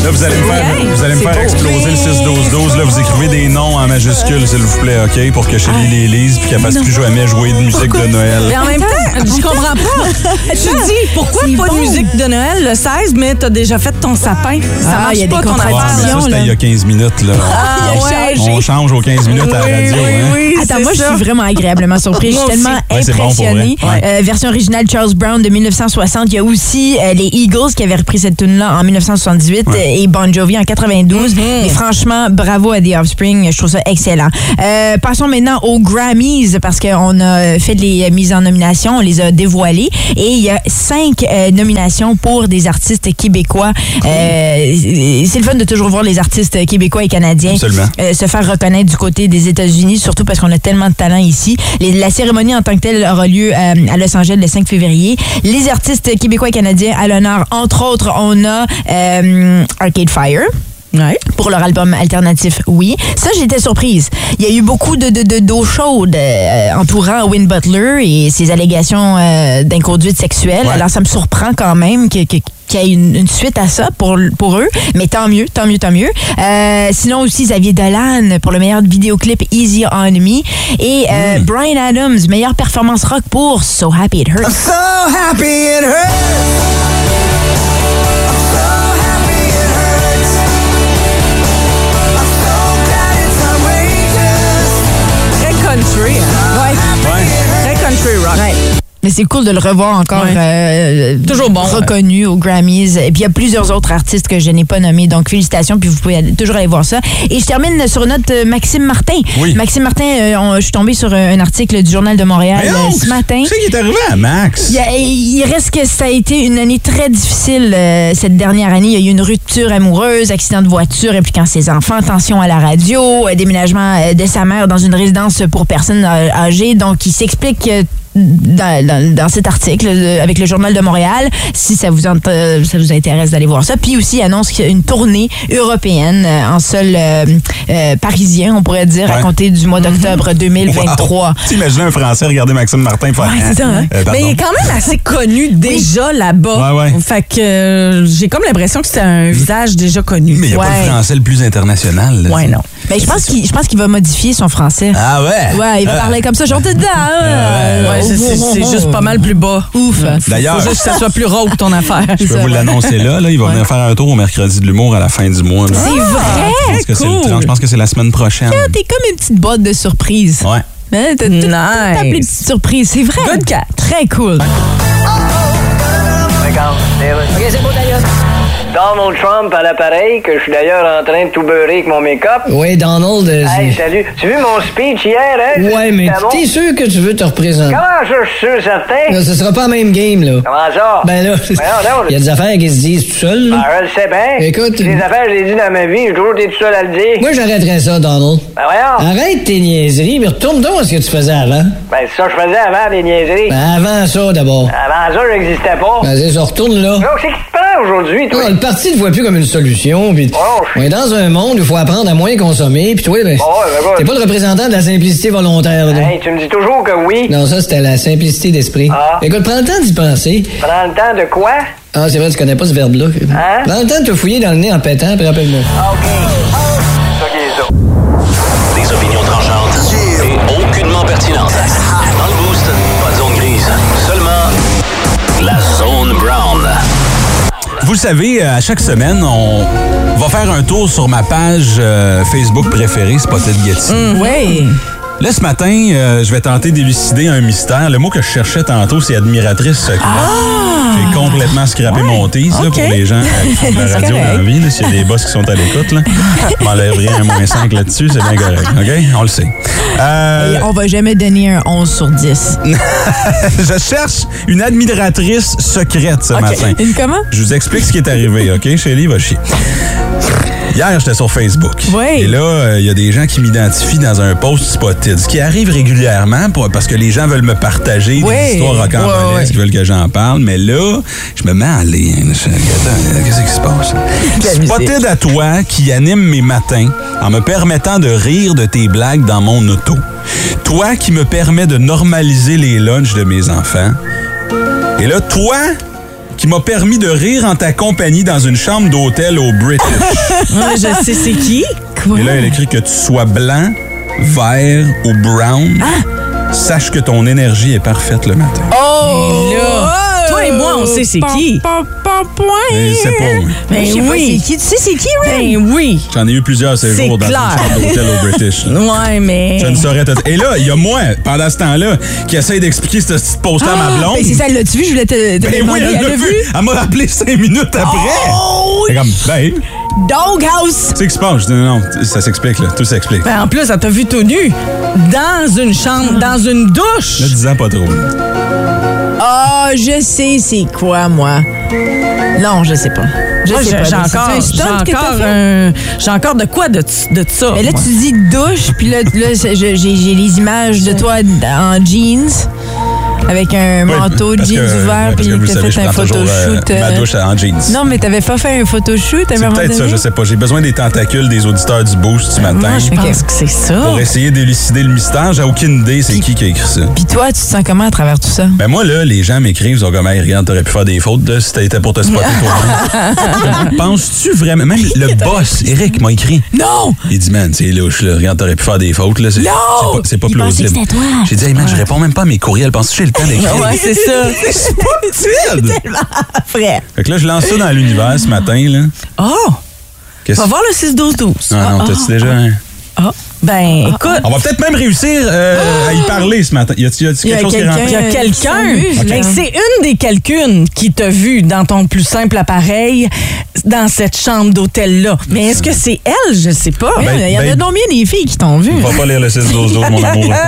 [SPEAKER 6] Là, vous allez me faire, vous allez me faire exploser le 6-12-12. Là, vous écrivez des noms en majuscules, s'il vous plaît, OK? Pour que Shelly les lise puis qu'elle fasse plus jamais jouer de musique de Noël.
[SPEAKER 4] Mais en même temps, je comprends pas. Tu dis, pourquoi
[SPEAKER 7] Ah, C'est
[SPEAKER 4] pas de
[SPEAKER 7] bon.
[SPEAKER 4] musique de Noël le 16, mais t'as déjà fait ton sapin? Ça
[SPEAKER 7] Ah,
[SPEAKER 4] marche
[SPEAKER 7] il y a
[SPEAKER 4] pas
[SPEAKER 7] des
[SPEAKER 4] ton
[SPEAKER 6] Ouais,
[SPEAKER 4] affaire.
[SPEAKER 6] mais ça,
[SPEAKER 7] contradictions,
[SPEAKER 6] c'était
[SPEAKER 7] là.
[SPEAKER 6] il y a 15 minutes, là.
[SPEAKER 4] Ah,
[SPEAKER 7] Il a
[SPEAKER 4] ouais.
[SPEAKER 6] On change aux 15 minutes à la radio,
[SPEAKER 4] oui,
[SPEAKER 6] hein?
[SPEAKER 4] oui,
[SPEAKER 7] Attends,
[SPEAKER 4] c'est
[SPEAKER 7] moi,
[SPEAKER 4] ça.
[SPEAKER 7] je suis vraiment agréablement surprise. Je
[SPEAKER 4] Moi
[SPEAKER 7] suis
[SPEAKER 4] aussi.
[SPEAKER 7] tellement
[SPEAKER 6] Ouais, c'est bon pour
[SPEAKER 7] impressionnée.
[SPEAKER 6] vrai.
[SPEAKER 7] Euh, version originale Charles Brown de 1960. Il y a aussi euh, les Eagles qui avaient repris cette tune-là en 1978 euh, et Bon Jovi en 92.
[SPEAKER 4] Mm-hmm.
[SPEAKER 7] Mais franchement, bravo à The Offspring. Je trouve ça excellent. Euh, passons maintenant aux Grammys parce qu'on a fait les euh, mises en nomination. On les a dévoilées. Et il y a cinq euh, nominations pour des artistes québécois. Euh, c'est le fun de toujours voir les artistes québécois et canadiens
[SPEAKER 6] Absolument.
[SPEAKER 7] euh, se faire reconnaître du côté des États-Unis, surtout parce qu'on a tellement de talent ici. Les- la cérémonie en tant que telle aura lieu euh, à Los Angeles le 5 février. Les artistes québécois et canadiens à l'honneur, entre autres, on a euh, Arcade Fire.
[SPEAKER 4] Ouais.
[SPEAKER 7] Pour leur album alternatif, oui. Ça, j'étais surprise. Il y a eu beaucoup de de- de- d'eau chaude euh, entourant Win Butler et ses allégations euh, d'inconduite sexuelle.
[SPEAKER 6] Ouais.
[SPEAKER 7] Alors, ça me surprend quand même que- que- qu'il y ait une, une suite à ça pour, pour eux. Mais tant mieux, tant mieux, tant mieux. Euh, sinon, aussi Xavier Dolan pour le meilleur vidéoclip Easy on Me. Et euh, Brian Adams, meilleure performance rock pour So Happy It Hurts.
[SPEAKER 4] Très country, hein?
[SPEAKER 6] Ouais.
[SPEAKER 7] hein.
[SPEAKER 4] Très country rock.
[SPEAKER 7] Ouais. Mais c'est cool de le revoir encore
[SPEAKER 4] Ouais.
[SPEAKER 7] euh,
[SPEAKER 4] Toujours bon,
[SPEAKER 7] reconnu aux Grammys. Et puis il y a plusieurs autres artistes que je n'ai pas nommés. Donc félicitations, puis vous pouvez aller- toujours aller voir ça. Et je termine sur une note euh, Maxime Martin.
[SPEAKER 6] Oui.
[SPEAKER 7] Maxime Martin, euh, on- je suis tombée sur un article du Journal de Montréal
[SPEAKER 6] Mais non,
[SPEAKER 7] euh, ce matin.
[SPEAKER 6] Tu sais qui est arrivé à Max?
[SPEAKER 7] Il, y a- il reste que ça a été une année très difficile euh, cette dernière année. Il y a eu une rupture amoureuse, accident de voiture, impliquant ses enfants, tension à la radio, euh, déménagement euh, de sa mère dans une résidence pour personnes euh, âgées. Donc, il s'explique. euh, Dans, dans- dans cet article euh, avec le Journal de Montréal, si ça vous, int- euh, ça vous intéresse d'aller voir ça. Puis aussi, il annonce qu'il y a une tournée européenne euh, en sol euh, euh, parisien, on pourrait dire, à
[SPEAKER 6] Ouais.
[SPEAKER 7] compter du mois d'octobre 2023.
[SPEAKER 6] T'imagines un Français regarder Maxime Martin faire.
[SPEAKER 7] Ah,
[SPEAKER 4] Ouais, c'est ça, hein?
[SPEAKER 6] Euh,
[SPEAKER 4] Mais
[SPEAKER 6] pardon.
[SPEAKER 4] il est quand même assez connu déjà là-bas.
[SPEAKER 6] Ouais, ouais.
[SPEAKER 4] Fait que euh, j'ai comme l'impression que c'est un visage déjà connu.
[SPEAKER 6] Mais il n'y a pas
[SPEAKER 4] Ouais.
[SPEAKER 6] le français le plus international. là,
[SPEAKER 4] Ouais,
[SPEAKER 6] tu sais.
[SPEAKER 4] non.
[SPEAKER 7] Mais je pense qu'il je pense qu'il va modifier son français.
[SPEAKER 6] Ah ouais?
[SPEAKER 7] Ouais, il va
[SPEAKER 6] Ah.
[SPEAKER 7] parler comme ça, genre t'es dedans. hein?
[SPEAKER 4] Ouais, c'est- c'est c'est juste pas mal plus bas. Ouf.
[SPEAKER 6] Ah. D'ailleurs-
[SPEAKER 4] Faut juste que ça soit plus rauque ton affaire.
[SPEAKER 6] Je peux vous l'annoncer là, là. Il va venir faire un tour au mercredi de l'humour à la fin du mois. là.
[SPEAKER 7] C'est vrai.
[SPEAKER 6] Ah, Je pense que c'est le 30, je pense que c'est la semaine prochaine.
[SPEAKER 7] T'es comme une petite boîte de surprises.
[SPEAKER 6] Ouais.
[SPEAKER 7] Hein, T'as tout-
[SPEAKER 4] Nice.
[SPEAKER 7] t'as appelé petite surprise, c'est vrai.
[SPEAKER 4] Good cat.
[SPEAKER 7] Très cool.
[SPEAKER 6] Ah.
[SPEAKER 9] Eh Donald Trump à l'appareil, que je suis d'ailleurs en train de tout beurrer avec mon make-up.
[SPEAKER 10] Oui, Donald. euh,
[SPEAKER 9] Hey,
[SPEAKER 10] c'est-
[SPEAKER 9] salut. Tu as vu mon speech hier, hein?
[SPEAKER 10] ouais, mais
[SPEAKER 9] C'était bon?
[SPEAKER 10] t'es sûr que tu veux te représenter?
[SPEAKER 9] Comment ça, je suis sûr, certain?
[SPEAKER 10] Là, ce sera pas la même game, là.
[SPEAKER 9] Comment ça?
[SPEAKER 10] Ben là,
[SPEAKER 9] Voyons donc.
[SPEAKER 10] il y a des affaires qui se disent tout seul, là.
[SPEAKER 9] Ah, je le sais bien.
[SPEAKER 10] Écoute. euh,
[SPEAKER 9] Les affaires, je les ai dit dans ma vie. J'ai toujours été tout seul à le dire.
[SPEAKER 10] Moi, j'arrêterais ça, Donald.
[SPEAKER 9] Ben voyons.
[SPEAKER 10] Arrête tes niaiseries, mais retourne donc à ce que tu faisais avant.
[SPEAKER 8] Ah.
[SPEAKER 9] Ben, c'est ça que je faisais avant, des niaiseries.
[SPEAKER 10] Ben, avant ça, d'abord.
[SPEAKER 9] Avant ça, j'existais pas.
[SPEAKER 8] Ah.
[SPEAKER 10] Ben, c'est ça, retourne là.
[SPEAKER 9] Donc, c'est qui te prend aujourd'hui, toi?
[SPEAKER 10] Ah, le parti ne voit plus comme une solution. Puis
[SPEAKER 9] Oh.
[SPEAKER 10] on est dans un monde où il faut apprendre à moins consommer. Puis toi, ben,
[SPEAKER 9] Ah ouais, ben, ouais.
[SPEAKER 10] t'es pas le représentant de la simplicité volontaire. là.
[SPEAKER 9] Hey, tu me dis toujours que oui.
[SPEAKER 10] Non, ça, c'était la simplicité d'esprit.
[SPEAKER 9] Ah.
[SPEAKER 10] Écoute, prends le temps d'y penser.
[SPEAKER 9] Prends le temps de quoi?
[SPEAKER 10] Ah, c'est vrai, tu connais pas ce verbe-là.
[SPEAKER 9] Hein?
[SPEAKER 10] Prends le temps de te fouiller dans le nez en pétant, puis rappelle-moi. ben,
[SPEAKER 9] C'est ça qui est ça.
[SPEAKER 8] Des opinions tranchantes et aucunement pertinentes. Dans le boost, pas de zone grise, seulement la zone brown.
[SPEAKER 6] Vous le savez, euh, à chaque semaine, on va faire un tour sur ma page euh, Facebook préférée, Spotted Getty.
[SPEAKER 7] Mm.
[SPEAKER 4] Oui.
[SPEAKER 6] Là, ce matin, euh, je vais tenter d'élucider un mystère. Le mot que je cherchais tantôt, c'est admiratrice secrète. J'ai complètement scrappé mon tease là,
[SPEAKER 4] Ah! ok.
[SPEAKER 6] pour les gens euh, qui font de la
[SPEAKER 4] C'est
[SPEAKER 6] radio dans la
[SPEAKER 4] correct.
[SPEAKER 6] vie. là, S'il y a des boss qui sont à l'écoute, là, je m'enlève rien, un moins 5 là-dessus, c'est bien correct. OK? On le sait. Euh,
[SPEAKER 7] Et on va jamais donner un 11 sur 10.
[SPEAKER 6] je cherche une admiratrice secrète ce matin.
[SPEAKER 7] Une comment?
[SPEAKER 6] Je vous explique ce qui est arrivé, OK? Chélie, va chier. Hier, j'étais sur Facebook.
[SPEAKER 7] Oui.
[SPEAKER 6] Et là, euh, il y a des gens qui m'identifient dans un post spotted, ce qui arrive régulièrement pour- parce que les gens veulent me partager des
[SPEAKER 7] Oui.
[SPEAKER 6] histoires rocambolesques, ils veulent que j'en parle. Mais là, je me mets hein, en ligne. Je- Attends, qu'est-ce qui se passe? Spotted à toi qui anime mes matins en me permettant de rire de tes blagues dans mon auto. Toi qui me permets de normaliser les lunchs de mes enfants. Et là, toi qui m'a permis de rire en ta compagnie dans une chambre d'hôtel au British.
[SPEAKER 7] Ah,
[SPEAKER 4] Ouais, je sais c'est qui.
[SPEAKER 6] Et là, elle écrit que tu sois blanc, vert ou brown. Sache que ton énergie est parfaite le matin.
[SPEAKER 7] Oh,
[SPEAKER 4] Là. Toi et moi, on sait c'est
[SPEAKER 6] Mais c'est
[SPEAKER 4] qui.
[SPEAKER 6] pas moi.
[SPEAKER 4] Ben
[SPEAKER 7] Je sais pas
[SPEAKER 4] oui.
[SPEAKER 7] c'est qui. Tu sais, c'est qui, Ren?
[SPEAKER 4] Ben oui.
[SPEAKER 6] J'en ai eu plusieurs ces
[SPEAKER 4] C'est
[SPEAKER 6] jours dans une
[SPEAKER 4] clair.
[SPEAKER 6] chambre d'hôtel au British. là.
[SPEAKER 4] Ouais, mais.
[SPEAKER 6] Je ne saurais te- Et là, il y a moi, pendant ce temps-là, qui essaye d'expliquer ce petit poster à ma blonde.
[SPEAKER 7] Ben, c'est ça, l'as-tu vu? Je voulais te, te
[SPEAKER 6] Ben oui,
[SPEAKER 7] demander.
[SPEAKER 6] elle l'a vu. Elle m'a rappelé cinq minutes après.
[SPEAKER 7] Oh!
[SPEAKER 6] Elle est comme, ben, tu
[SPEAKER 7] Doghouse!
[SPEAKER 6] sais ce qui se passe? Je dis, non, non, ça s'explique, là. Tout s'explique.
[SPEAKER 4] Ben, en plus, elle t'a vu tout nu. Dans une chambre, dans une douche.
[SPEAKER 6] Ne disant pas trop.
[SPEAKER 7] Ah, je sais c'est quoi, moi. Non, je sais pas. Je
[SPEAKER 4] Moi,
[SPEAKER 7] sais
[SPEAKER 4] j'ai
[SPEAKER 7] pas.
[SPEAKER 4] j'ai
[SPEAKER 7] Donc, c'est
[SPEAKER 4] encore,
[SPEAKER 7] un
[SPEAKER 4] j'ai
[SPEAKER 7] stunt que t'as
[SPEAKER 4] encore
[SPEAKER 7] fait?
[SPEAKER 4] un- j'ai encore de quoi de, de ça.
[SPEAKER 7] Mais là,
[SPEAKER 4] moi.
[SPEAKER 7] tu dis douche, puis là, là c'est- je- j'ai j'ai les images de toi en jeans, avec un
[SPEAKER 6] Oui,
[SPEAKER 7] manteau,
[SPEAKER 6] parce
[SPEAKER 7] jeans
[SPEAKER 6] que-
[SPEAKER 7] ouvert,
[SPEAKER 6] parce
[SPEAKER 7] puis
[SPEAKER 6] que vous
[SPEAKER 7] t'as
[SPEAKER 6] savez, je
[SPEAKER 7] fait un
[SPEAKER 6] prends toujours, euh,
[SPEAKER 7] photoshoot.
[SPEAKER 6] Ma
[SPEAKER 7] euh,
[SPEAKER 6] douche en jeans.
[SPEAKER 7] Non, mais t'avais pas fait un photoshoot à un
[SPEAKER 6] C'est
[SPEAKER 7] moment
[SPEAKER 6] peut-être ça,
[SPEAKER 7] donné?
[SPEAKER 6] je sais pas. J'ai besoin des tentacules des auditeurs du Boost ce matin
[SPEAKER 4] Moi, je
[SPEAKER 7] Ok.
[SPEAKER 4] pense que c'est ça.
[SPEAKER 6] pour essayer d'élucider le mystère. J'ai aucune idée c'est qui qui a écrit ça.
[SPEAKER 7] Puis toi, tu te sens comment à travers tout ça?
[SPEAKER 6] Ben moi, là, les gens m'écrivent, ils sont comme, hey, regarde, t'aurais pu faire des fautes, là, si t'étais pour te spotter toi-même. Penses-tu vraiment? Même le boss, Eric, m'a écrit.
[SPEAKER 7] Non!
[SPEAKER 6] Il dit, man, c'est louche, là. Regarde, t'aurais pu faire des fautes, là. C'est c'est pas, c'est pas plausible. J'ai dit, hey, man, je réponds même pas à mes courriels. Penses-tu que j'ai le temps d'écrire?
[SPEAKER 4] Ouais, c'est ça.
[SPEAKER 6] Merde!
[SPEAKER 7] Après.
[SPEAKER 6] Fait que là, je lance ça dans l'univers ce matin, là.
[SPEAKER 4] Oh!
[SPEAKER 6] Qu'est-ce
[SPEAKER 4] Va voir le 6-12-12.
[SPEAKER 6] Ah non, t'as-tu déjà un-
[SPEAKER 4] Ah, ben, écoute.
[SPEAKER 6] On va peut-être même réussir euh, à y parler ce matin. Y a-t-il y a-t-il
[SPEAKER 4] Il y a
[SPEAKER 6] quelque chose qui est
[SPEAKER 4] quelqu'un.
[SPEAKER 6] rentré?
[SPEAKER 4] Il y a quelqu'un.
[SPEAKER 6] s'amuse, là.
[SPEAKER 4] Ben, c'est une des quelqu'unes qui t'a vu dans ton plus simple appareil dans cette chambre d'hôtel-là. Mais est-ce que c'est elle? Je ne sais pas.
[SPEAKER 6] Ben,
[SPEAKER 7] Il y en a
[SPEAKER 6] ben-
[SPEAKER 7] combien des filles qui t'ont vu?
[SPEAKER 6] On va pas lire le 6-12-12, mon amour.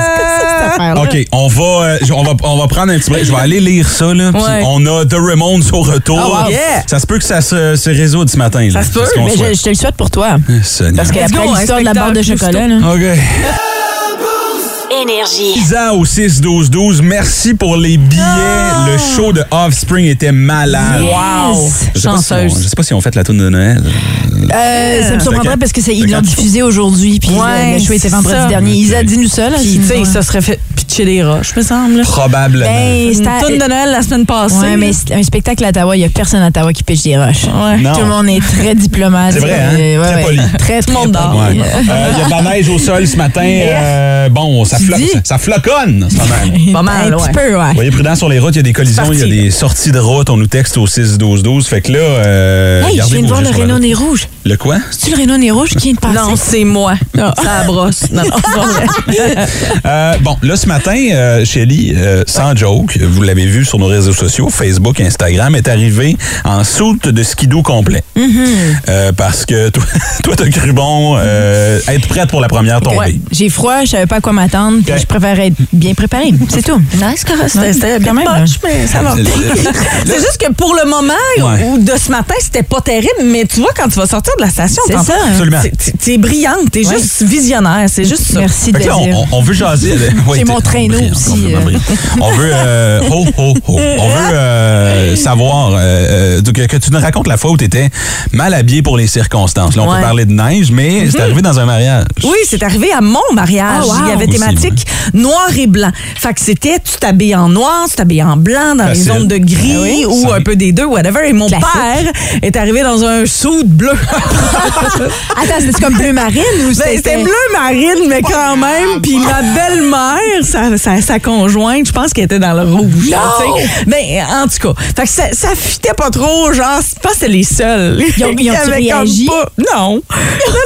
[SPEAKER 7] Ah
[SPEAKER 6] OK, on va, euh, on, va, on va prendre un petit break. Je vais aller lire ça. Là, puis
[SPEAKER 7] Ouais.
[SPEAKER 6] On a The Ramones au retour.
[SPEAKER 7] Oh, wow. Yeah.
[SPEAKER 6] Ça se peut que ça se, se résoute ce matin. là. C'est ce qu'on
[SPEAKER 7] Mais je,
[SPEAKER 6] souhaite.
[SPEAKER 7] je te le souhaite pour toi.
[SPEAKER 6] Eh, Seigneur.
[SPEAKER 7] Parce
[SPEAKER 6] Let's
[SPEAKER 7] qu'après
[SPEAKER 6] go,
[SPEAKER 7] l'histoire de la barre de chocolat, là.
[SPEAKER 6] OK.
[SPEAKER 1] Énergie.
[SPEAKER 6] Isa au 6-12-12, merci pour les billets.
[SPEAKER 7] Ah!
[SPEAKER 6] Le show de Offspring était malade.
[SPEAKER 7] Yes. Wow.
[SPEAKER 6] Je sais pas si
[SPEAKER 7] Chanceuse.
[SPEAKER 6] on- je sais pas si on fait la tourne de Noël.
[SPEAKER 7] Euh, ça me surprendrait parce que c'est- ils l'ont diffusé aujourd'hui, puis euh,
[SPEAKER 4] Ouais,
[SPEAKER 7] le, le show était
[SPEAKER 4] c'est
[SPEAKER 7] vendredi
[SPEAKER 4] ça.
[SPEAKER 7] dernier. Isa, dis-nous ça, là. euh,
[SPEAKER 4] Puis, tu sais,
[SPEAKER 7] dis-nous,
[SPEAKER 4] ça serait fait pitcher des roches, me semble.
[SPEAKER 6] Probablement.
[SPEAKER 7] Ben,
[SPEAKER 4] Une
[SPEAKER 7] c'est à-
[SPEAKER 4] toune de Noël la semaine passée.
[SPEAKER 7] Ouais, mais c'est un spectacle à Ottawa, il n'y a personne à Ottawa qui pêche des roches.
[SPEAKER 6] Non.
[SPEAKER 7] Tout le monde est très diplomate.
[SPEAKER 6] C'est vrai, hein?
[SPEAKER 7] Euh, ouais,
[SPEAKER 6] Très
[SPEAKER 7] ouais.
[SPEAKER 6] poli.
[SPEAKER 7] Très, très
[SPEAKER 6] Ouais.
[SPEAKER 7] poli.
[SPEAKER 6] Euh, Il y a de la neige au sol ce matin. Euh, bon, ça, floc-
[SPEAKER 7] dis?
[SPEAKER 6] ça, ça floconne. Ça même.
[SPEAKER 4] Pas mal,
[SPEAKER 7] Un petit
[SPEAKER 4] ouais.
[SPEAKER 7] peu, ouais.
[SPEAKER 6] Voyez prudent sur les routes, il y a des collisions, il y a
[SPEAKER 4] parti.
[SPEAKER 6] des sorties de route, on nous texte au 6-12-12. Fait que là, euh,
[SPEAKER 7] Hey, je
[SPEAKER 6] gardez
[SPEAKER 7] viens de
[SPEAKER 6] vos
[SPEAKER 7] voir
[SPEAKER 6] yeux
[SPEAKER 7] le
[SPEAKER 6] sur la
[SPEAKER 7] Renault
[SPEAKER 6] route.
[SPEAKER 7] Nez Rouge.
[SPEAKER 6] Le quoi?
[SPEAKER 7] C'est-tu le Renault Nez Rouge qui vient de passer?
[SPEAKER 4] Non, c'est moi.
[SPEAKER 7] Ah.
[SPEAKER 4] Ça brosse. Non, non, c'est pas vrai.
[SPEAKER 6] Euh, bon, là, ce matin, euh, Shelly, euh, sans joke, vous l'avez vu sur nos réseaux sociaux, Facebook, Instagram, est arrivée en soute de skidoo complet.
[SPEAKER 7] Mm-hmm.
[SPEAKER 6] Euh, parce que toi, toi, t'as cru bon euh, être prête pour la première tombée.
[SPEAKER 7] Ouais. J'ai froid, je savais pas à quoi m'attendre, puis
[SPEAKER 6] Ok.
[SPEAKER 7] je préfère être bien préparée. C'est tout.
[SPEAKER 4] Nice, correct. C'était-
[SPEAKER 7] Ouais,
[SPEAKER 4] C'était
[SPEAKER 7] quand
[SPEAKER 4] bien
[SPEAKER 7] même, hein.
[SPEAKER 4] poche, mais ça va. C'est juste que pour le moment
[SPEAKER 6] Ouais.
[SPEAKER 4] ou de ce matin, c'était pas terrible, mais tu vois, quand tu vas sortir de la station,
[SPEAKER 7] C'est
[SPEAKER 4] t'en-
[SPEAKER 7] ça. hein.
[SPEAKER 6] Absolument.
[SPEAKER 4] t'es- t'es- T'es brillante, t'es
[SPEAKER 7] Ouais.
[SPEAKER 4] juste visionnaire, c'est juste ça.
[SPEAKER 7] Merci de
[SPEAKER 6] Fait que
[SPEAKER 7] le
[SPEAKER 6] là,
[SPEAKER 7] dire.
[SPEAKER 6] on, on veut jaser. Ouais,
[SPEAKER 7] J'ai
[SPEAKER 6] t'es-
[SPEAKER 7] mon traîneau
[SPEAKER 6] brillant,
[SPEAKER 7] aussi,
[SPEAKER 6] complètement
[SPEAKER 7] euh.
[SPEAKER 6] brillant. On veut, euh, ho, ho, ho. On veut euh, savoir euh, euh, que, que tu nous racontes la fois où tu étais mal habillé pour les circonstances. Là, on
[SPEAKER 4] Ouais. Mm-hmm.
[SPEAKER 6] peut parler de neige, mais c'est arrivé dans un mariage.
[SPEAKER 4] Oui, c'est arrivé à mon mariage.
[SPEAKER 7] Ah, wow.
[SPEAKER 4] Il y avait
[SPEAKER 6] Aussi,
[SPEAKER 4] thématique noir et blanc. Fait que c'était, tu t'habilles en noir, tu t'habilles en blanc, dans
[SPEAKER 6] Facile.
[SPEAKER 4] les zones de gris
[SPEAKER 6] Ah oui.
[SPEAKER 4] ou un
[SPEAKER 6] Simple.
[SPEAKER 4] peu des deux, whatever. Et mon
[SPEAKER 7] Classique.
[SPEAKER 4] père est arrivé dans un suit bleu.
[SPEAKER 7] Attends, c'était comme bleu marine ou
[SPEAKER 4] Ben, c'était bleu marine, mais quand
[SPEAKER 7] Oh,
[SPEAKER 4] même. Puis ma belle-mère, sa, sa- sa conjointe, je pense qu'elle était dans le rouge. là, tu sais. Ben, en tout cas, fait que ça, ça fitait pas trop. Genre, je pense que c'est les seuls.
[SPEAKER 7] Ils ont- ils ont-tu
[SPEAKER 4] Qui avaient comme
[SPEAKER 7] réagi?
[SPEAKER 4] pas- Non.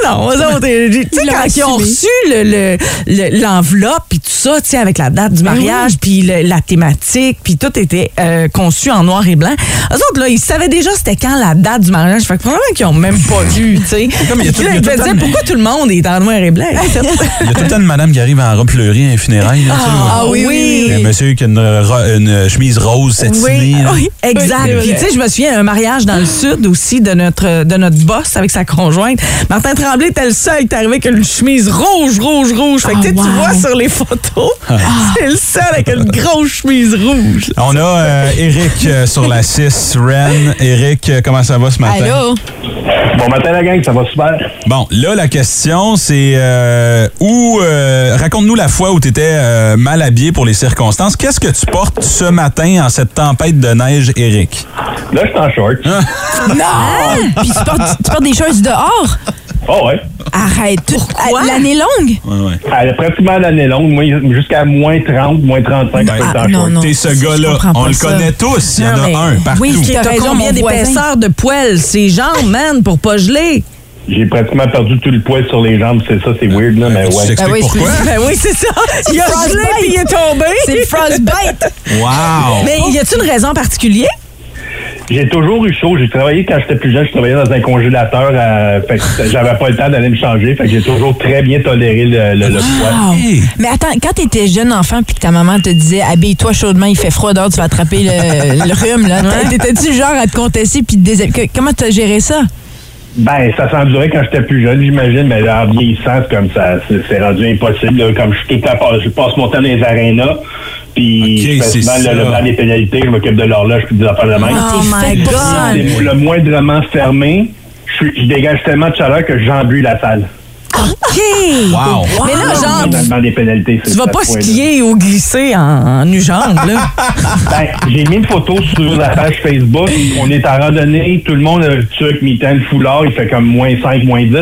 [SPEAKER 4] Non, non. eux autres, euh, Tu sais,
[SPEAKER 7] Ils l'ont
[SPEAKER 4] quand ils ont
[SPEAKER 7] assumé.
[SPEAKER 4] reçu le- le- le- l'enveloppe, puis tout ça, tu sais, avec la date
[SPEAKER 7] Ben
[SPEAKER 4] du mariage, puis le- la thématique, puis tout était euh, conçu en noir et blanc. Eux autres, là, ils savaient déjà c'était quand la date du mariage. Fait que probablement qu'ils ont même pas vu, tu sais.
[SPEAKER 6] comme il y a tout-
[SPEAKER 4] Puis
[SPEAKER 6] il y a tout le
[SPEAKER 4] là, ils me
[SPEAKER 6] temps
[SPEAKER 4] disaient,
[SPEAKER 6] de-
[SPEAKER 4] pourquoi tout le monde est en noir et blanc?
[SPEAKER 6] Il y a tout le temps une madame qui arrive en robe fleurie à un funérail. là, tu sais,
[SPEAKER 4] Ah
[SPEAKER 6] là.
[SPEAKER 4] oui, oui.
[SPEAKER 6] Un monsieur qui a une, ro- une chemise rose satinée.
[SPEAKER 4] Oui, Ah
[SPEAKER 6] là.
[SPEAKER 4] oui, exact.
[SPEAKER 6] Oui, c'est
[SPEAKER 4] Puis
[SPEAKER 6] vrai.
[SPEAKER 4] tu sais, je me souviens un mariage dans le sud aussi de notre de notre boss avec sa conjointe. Martin Tremblay était le seul qui est arrivé avec une chemise rouge, rouge, rouge. Fait que tu sais,
[SPEAKER 7] Ah,
[SPEAKER 4] tu
[SPEAKER 7] wow.
[SPEAKER 4] vois sur les photos,
[SPEAKER 6] Ah.
[SPEAKER 4] c'est le seul avec une grosse chemise rouge.
[SPEAKER 6] On a euh, Eric euh, sur la 6, Ren. Eric, euh, comment ça va ce matin?
[SPEAKER 7] Allô?
[SPEAKER 11] Bon matin, la gang, ça va super.
[SPEAKER 6] Bon, là, la question, c'est euh, où. euh, Raconte-nous la fois où tu étais mal habillé pour les circonstances. Qu'est-ce que tu portes ce matin en cette tempête de neige, Eric?
[SPEAKER 11] Là, je suis en short.
[SPEAKER 4] Ah.
[SPEAKER 7] Non! Hein? Puis tu portes, tu portes des choses dehors?
[SPEAKER 11] Oh, ouais.
[SPEAKER 7] Arrête. tout- à- L'année longue?
[SPEAKER 6] Ouais, ouais.
[SPEAKER 11] Elle a pratiquement l'année longue, moi, jusqu'à moins 30, moins 35, je peux être en
[SPEAKER 7] Ah, non,
[SPEAKER 11] short.
[SPEAKER 7] non.
[SPEAKER 6] T'es ce
[SPEAKER 7] je
[SPEAKER 6] gars-là.
[SPEAKER 7] comprends pas
[SPEAKER 6] On le
[SPEAKER 7] ça.
[SPEAKER 6] connaît tous. Il y en
[SPEAKER 4] Non, mais-
[SPEAKER 6] a un partout.
[SPEAKER 7] oui,
[SPEAKER 4] T'as
[SPEAKER 7] T'as raison,
[SPEAKER 4] combien
[SPEAKER 7] mon voisin.
[SPEAKER 4] d'épaisseur de poils ses jambes, man, pour pas geler?
[SPEAKER 11] J'ai pratiquement perdu tout le poids sur les jambes, c'est ça, c'est weird, là, mais
[SPEAKER 6] Tu
[SPEAKER 11] ouais.
[SPEAKER 6] t'expliques
[SPEAKER 7] Ah oui,
[SPEAKER 6] pourquoi?
[SPEAKER 4] Ben oui, c'est ça. Il a
[SPEAKER 7] frostbite.
[SPEAKER 4] gelé puis il est tombé. Oh.
[SPEAKER 7] C'est le frostbite.
[SPEAKER 6] Wow!
[SPEAKER 4] Mais y a-t-il une raison particulière?
[SPEAKER 11] J'ai toujours eu chaud. J'ai travaillé quand j'étais plus jeune, je travaillais dans un congélateur, euh, fait que j'avais pas le temps d'aller me changer, fait que j'ai toujours très bien toléré le, le, le
[SPEAKER 7] Ah,
[SPEAKER 11] poids.
[SPEAKER 4] Ah.
[SPEAKER 7] Wow.
[SPEAKER 6] Hey.
[SPEAKER 7] Mais attends, quand t'étais jeune enfant puis que ta maman te disait habille-toi chaudement, il fait froid dehors, tu vas attraper le, le rhume, là. T'étais-tu le genre à te contester puis te désha- que- Comment t'as géré ça?
[SPEAKER 11] Ben, ça s'endurait quand j'étais plus jeune, j'imagine, mais là, en vieillissant, c'est comme ça, c'est c'est rendu impossible. là. Comme je suis tout le temps, pas- je passe mon temps dans les arénas, puis
[SPEAKER 6] Ok,
[SPEAKER 11] je fais
[SPEAKER 6] c'est
[SPEAKER 11] souvent
[SPEAKER 6] ça.
[SPEAKER 11] le, le banc des pénalités, je m'occupe de l'horloge, puis des affaires de
[SPEAKER 4] Ah,
[SPEAKER 11] même.
[SPEAKER 7] Oh my
[SPEAKER 11] Puis, c'est le moindrement fermé, je, suis- je dégage tellement de chaleur que j'embuie la salle.
[SPEAKER 4] OK.
[SPEAKER 6] Wow.
[SPEAKER 4] Mais là, genre,
[SPEAKER 11] Dans le banc des pénalités,
[SPEAKER 4] Ah, tu vas pas skier ou glisser en, en nu-jambe, là.
[SPEAKER 11] Ben, j'ai mis une photo sur la page Facebook. On est à randonnée. Tout le monde a le tuc, mitaine, foulard. Il fait comme moins 5, moins 10.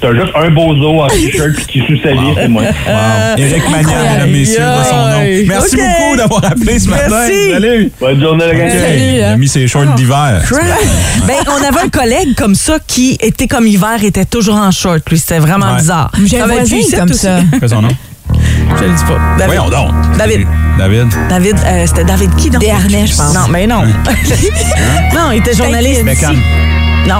[SPEAKER 11] T'as juste un bozo en t-shirt puis qui sous sa vie, c'est moi.
[SPEAKER 7] euh,
[SPEAKER 6] Wow. Éric Magnan, mesdames et messieurs, de son nom. Merci beaucoup d'avoir appelé ce matin.
[SPEAKER 4] Merci.
[SPEAKER 6] Salut.
[SPEAKER 11] Bonne journée,
[SPEAKER 4] gang.
[SPEAKER 12] Euh,
[SPEAKER 4] Salut,
[SPEAKER 6] Il a
[SPEAKER 4] hein.
[SPEAKER 6] mis ses shorts
[SPEAKER 7] Oh.
[SPEAKER 6] d'hiver.
[SPEAKER 4] Crap. Ben, on avait un collègue comme ça qui était comme hiver, était toujours en short, lui. C'était vraiment
[SPEAKER 6] Ouais.
[SPEAKER 4] bizarre.
[SPEAKER 6] J'ai un
[SPEAKER 4] Travaille
[SPEAKER 6] voisin
[SPEAKER 4] plus ici,
[SPEAKER 6] comme
[SPEAKER 4] aussi.
[SPEAKER 6] ça. Fais son nom.
[SPEAKER 4] Je le dis pas. David.
[SPEAKER 6] Voyons donc.
[SPEAKER 4] David.
[SPEAKER 6] David.
[SPEAKER 4] David, euh, c'était David qui, donc? Dernay, je pense. Non, mais non. non, il était journaliste.
[SPEAKER 6] Beckham.
[SPEAKER 4] Non.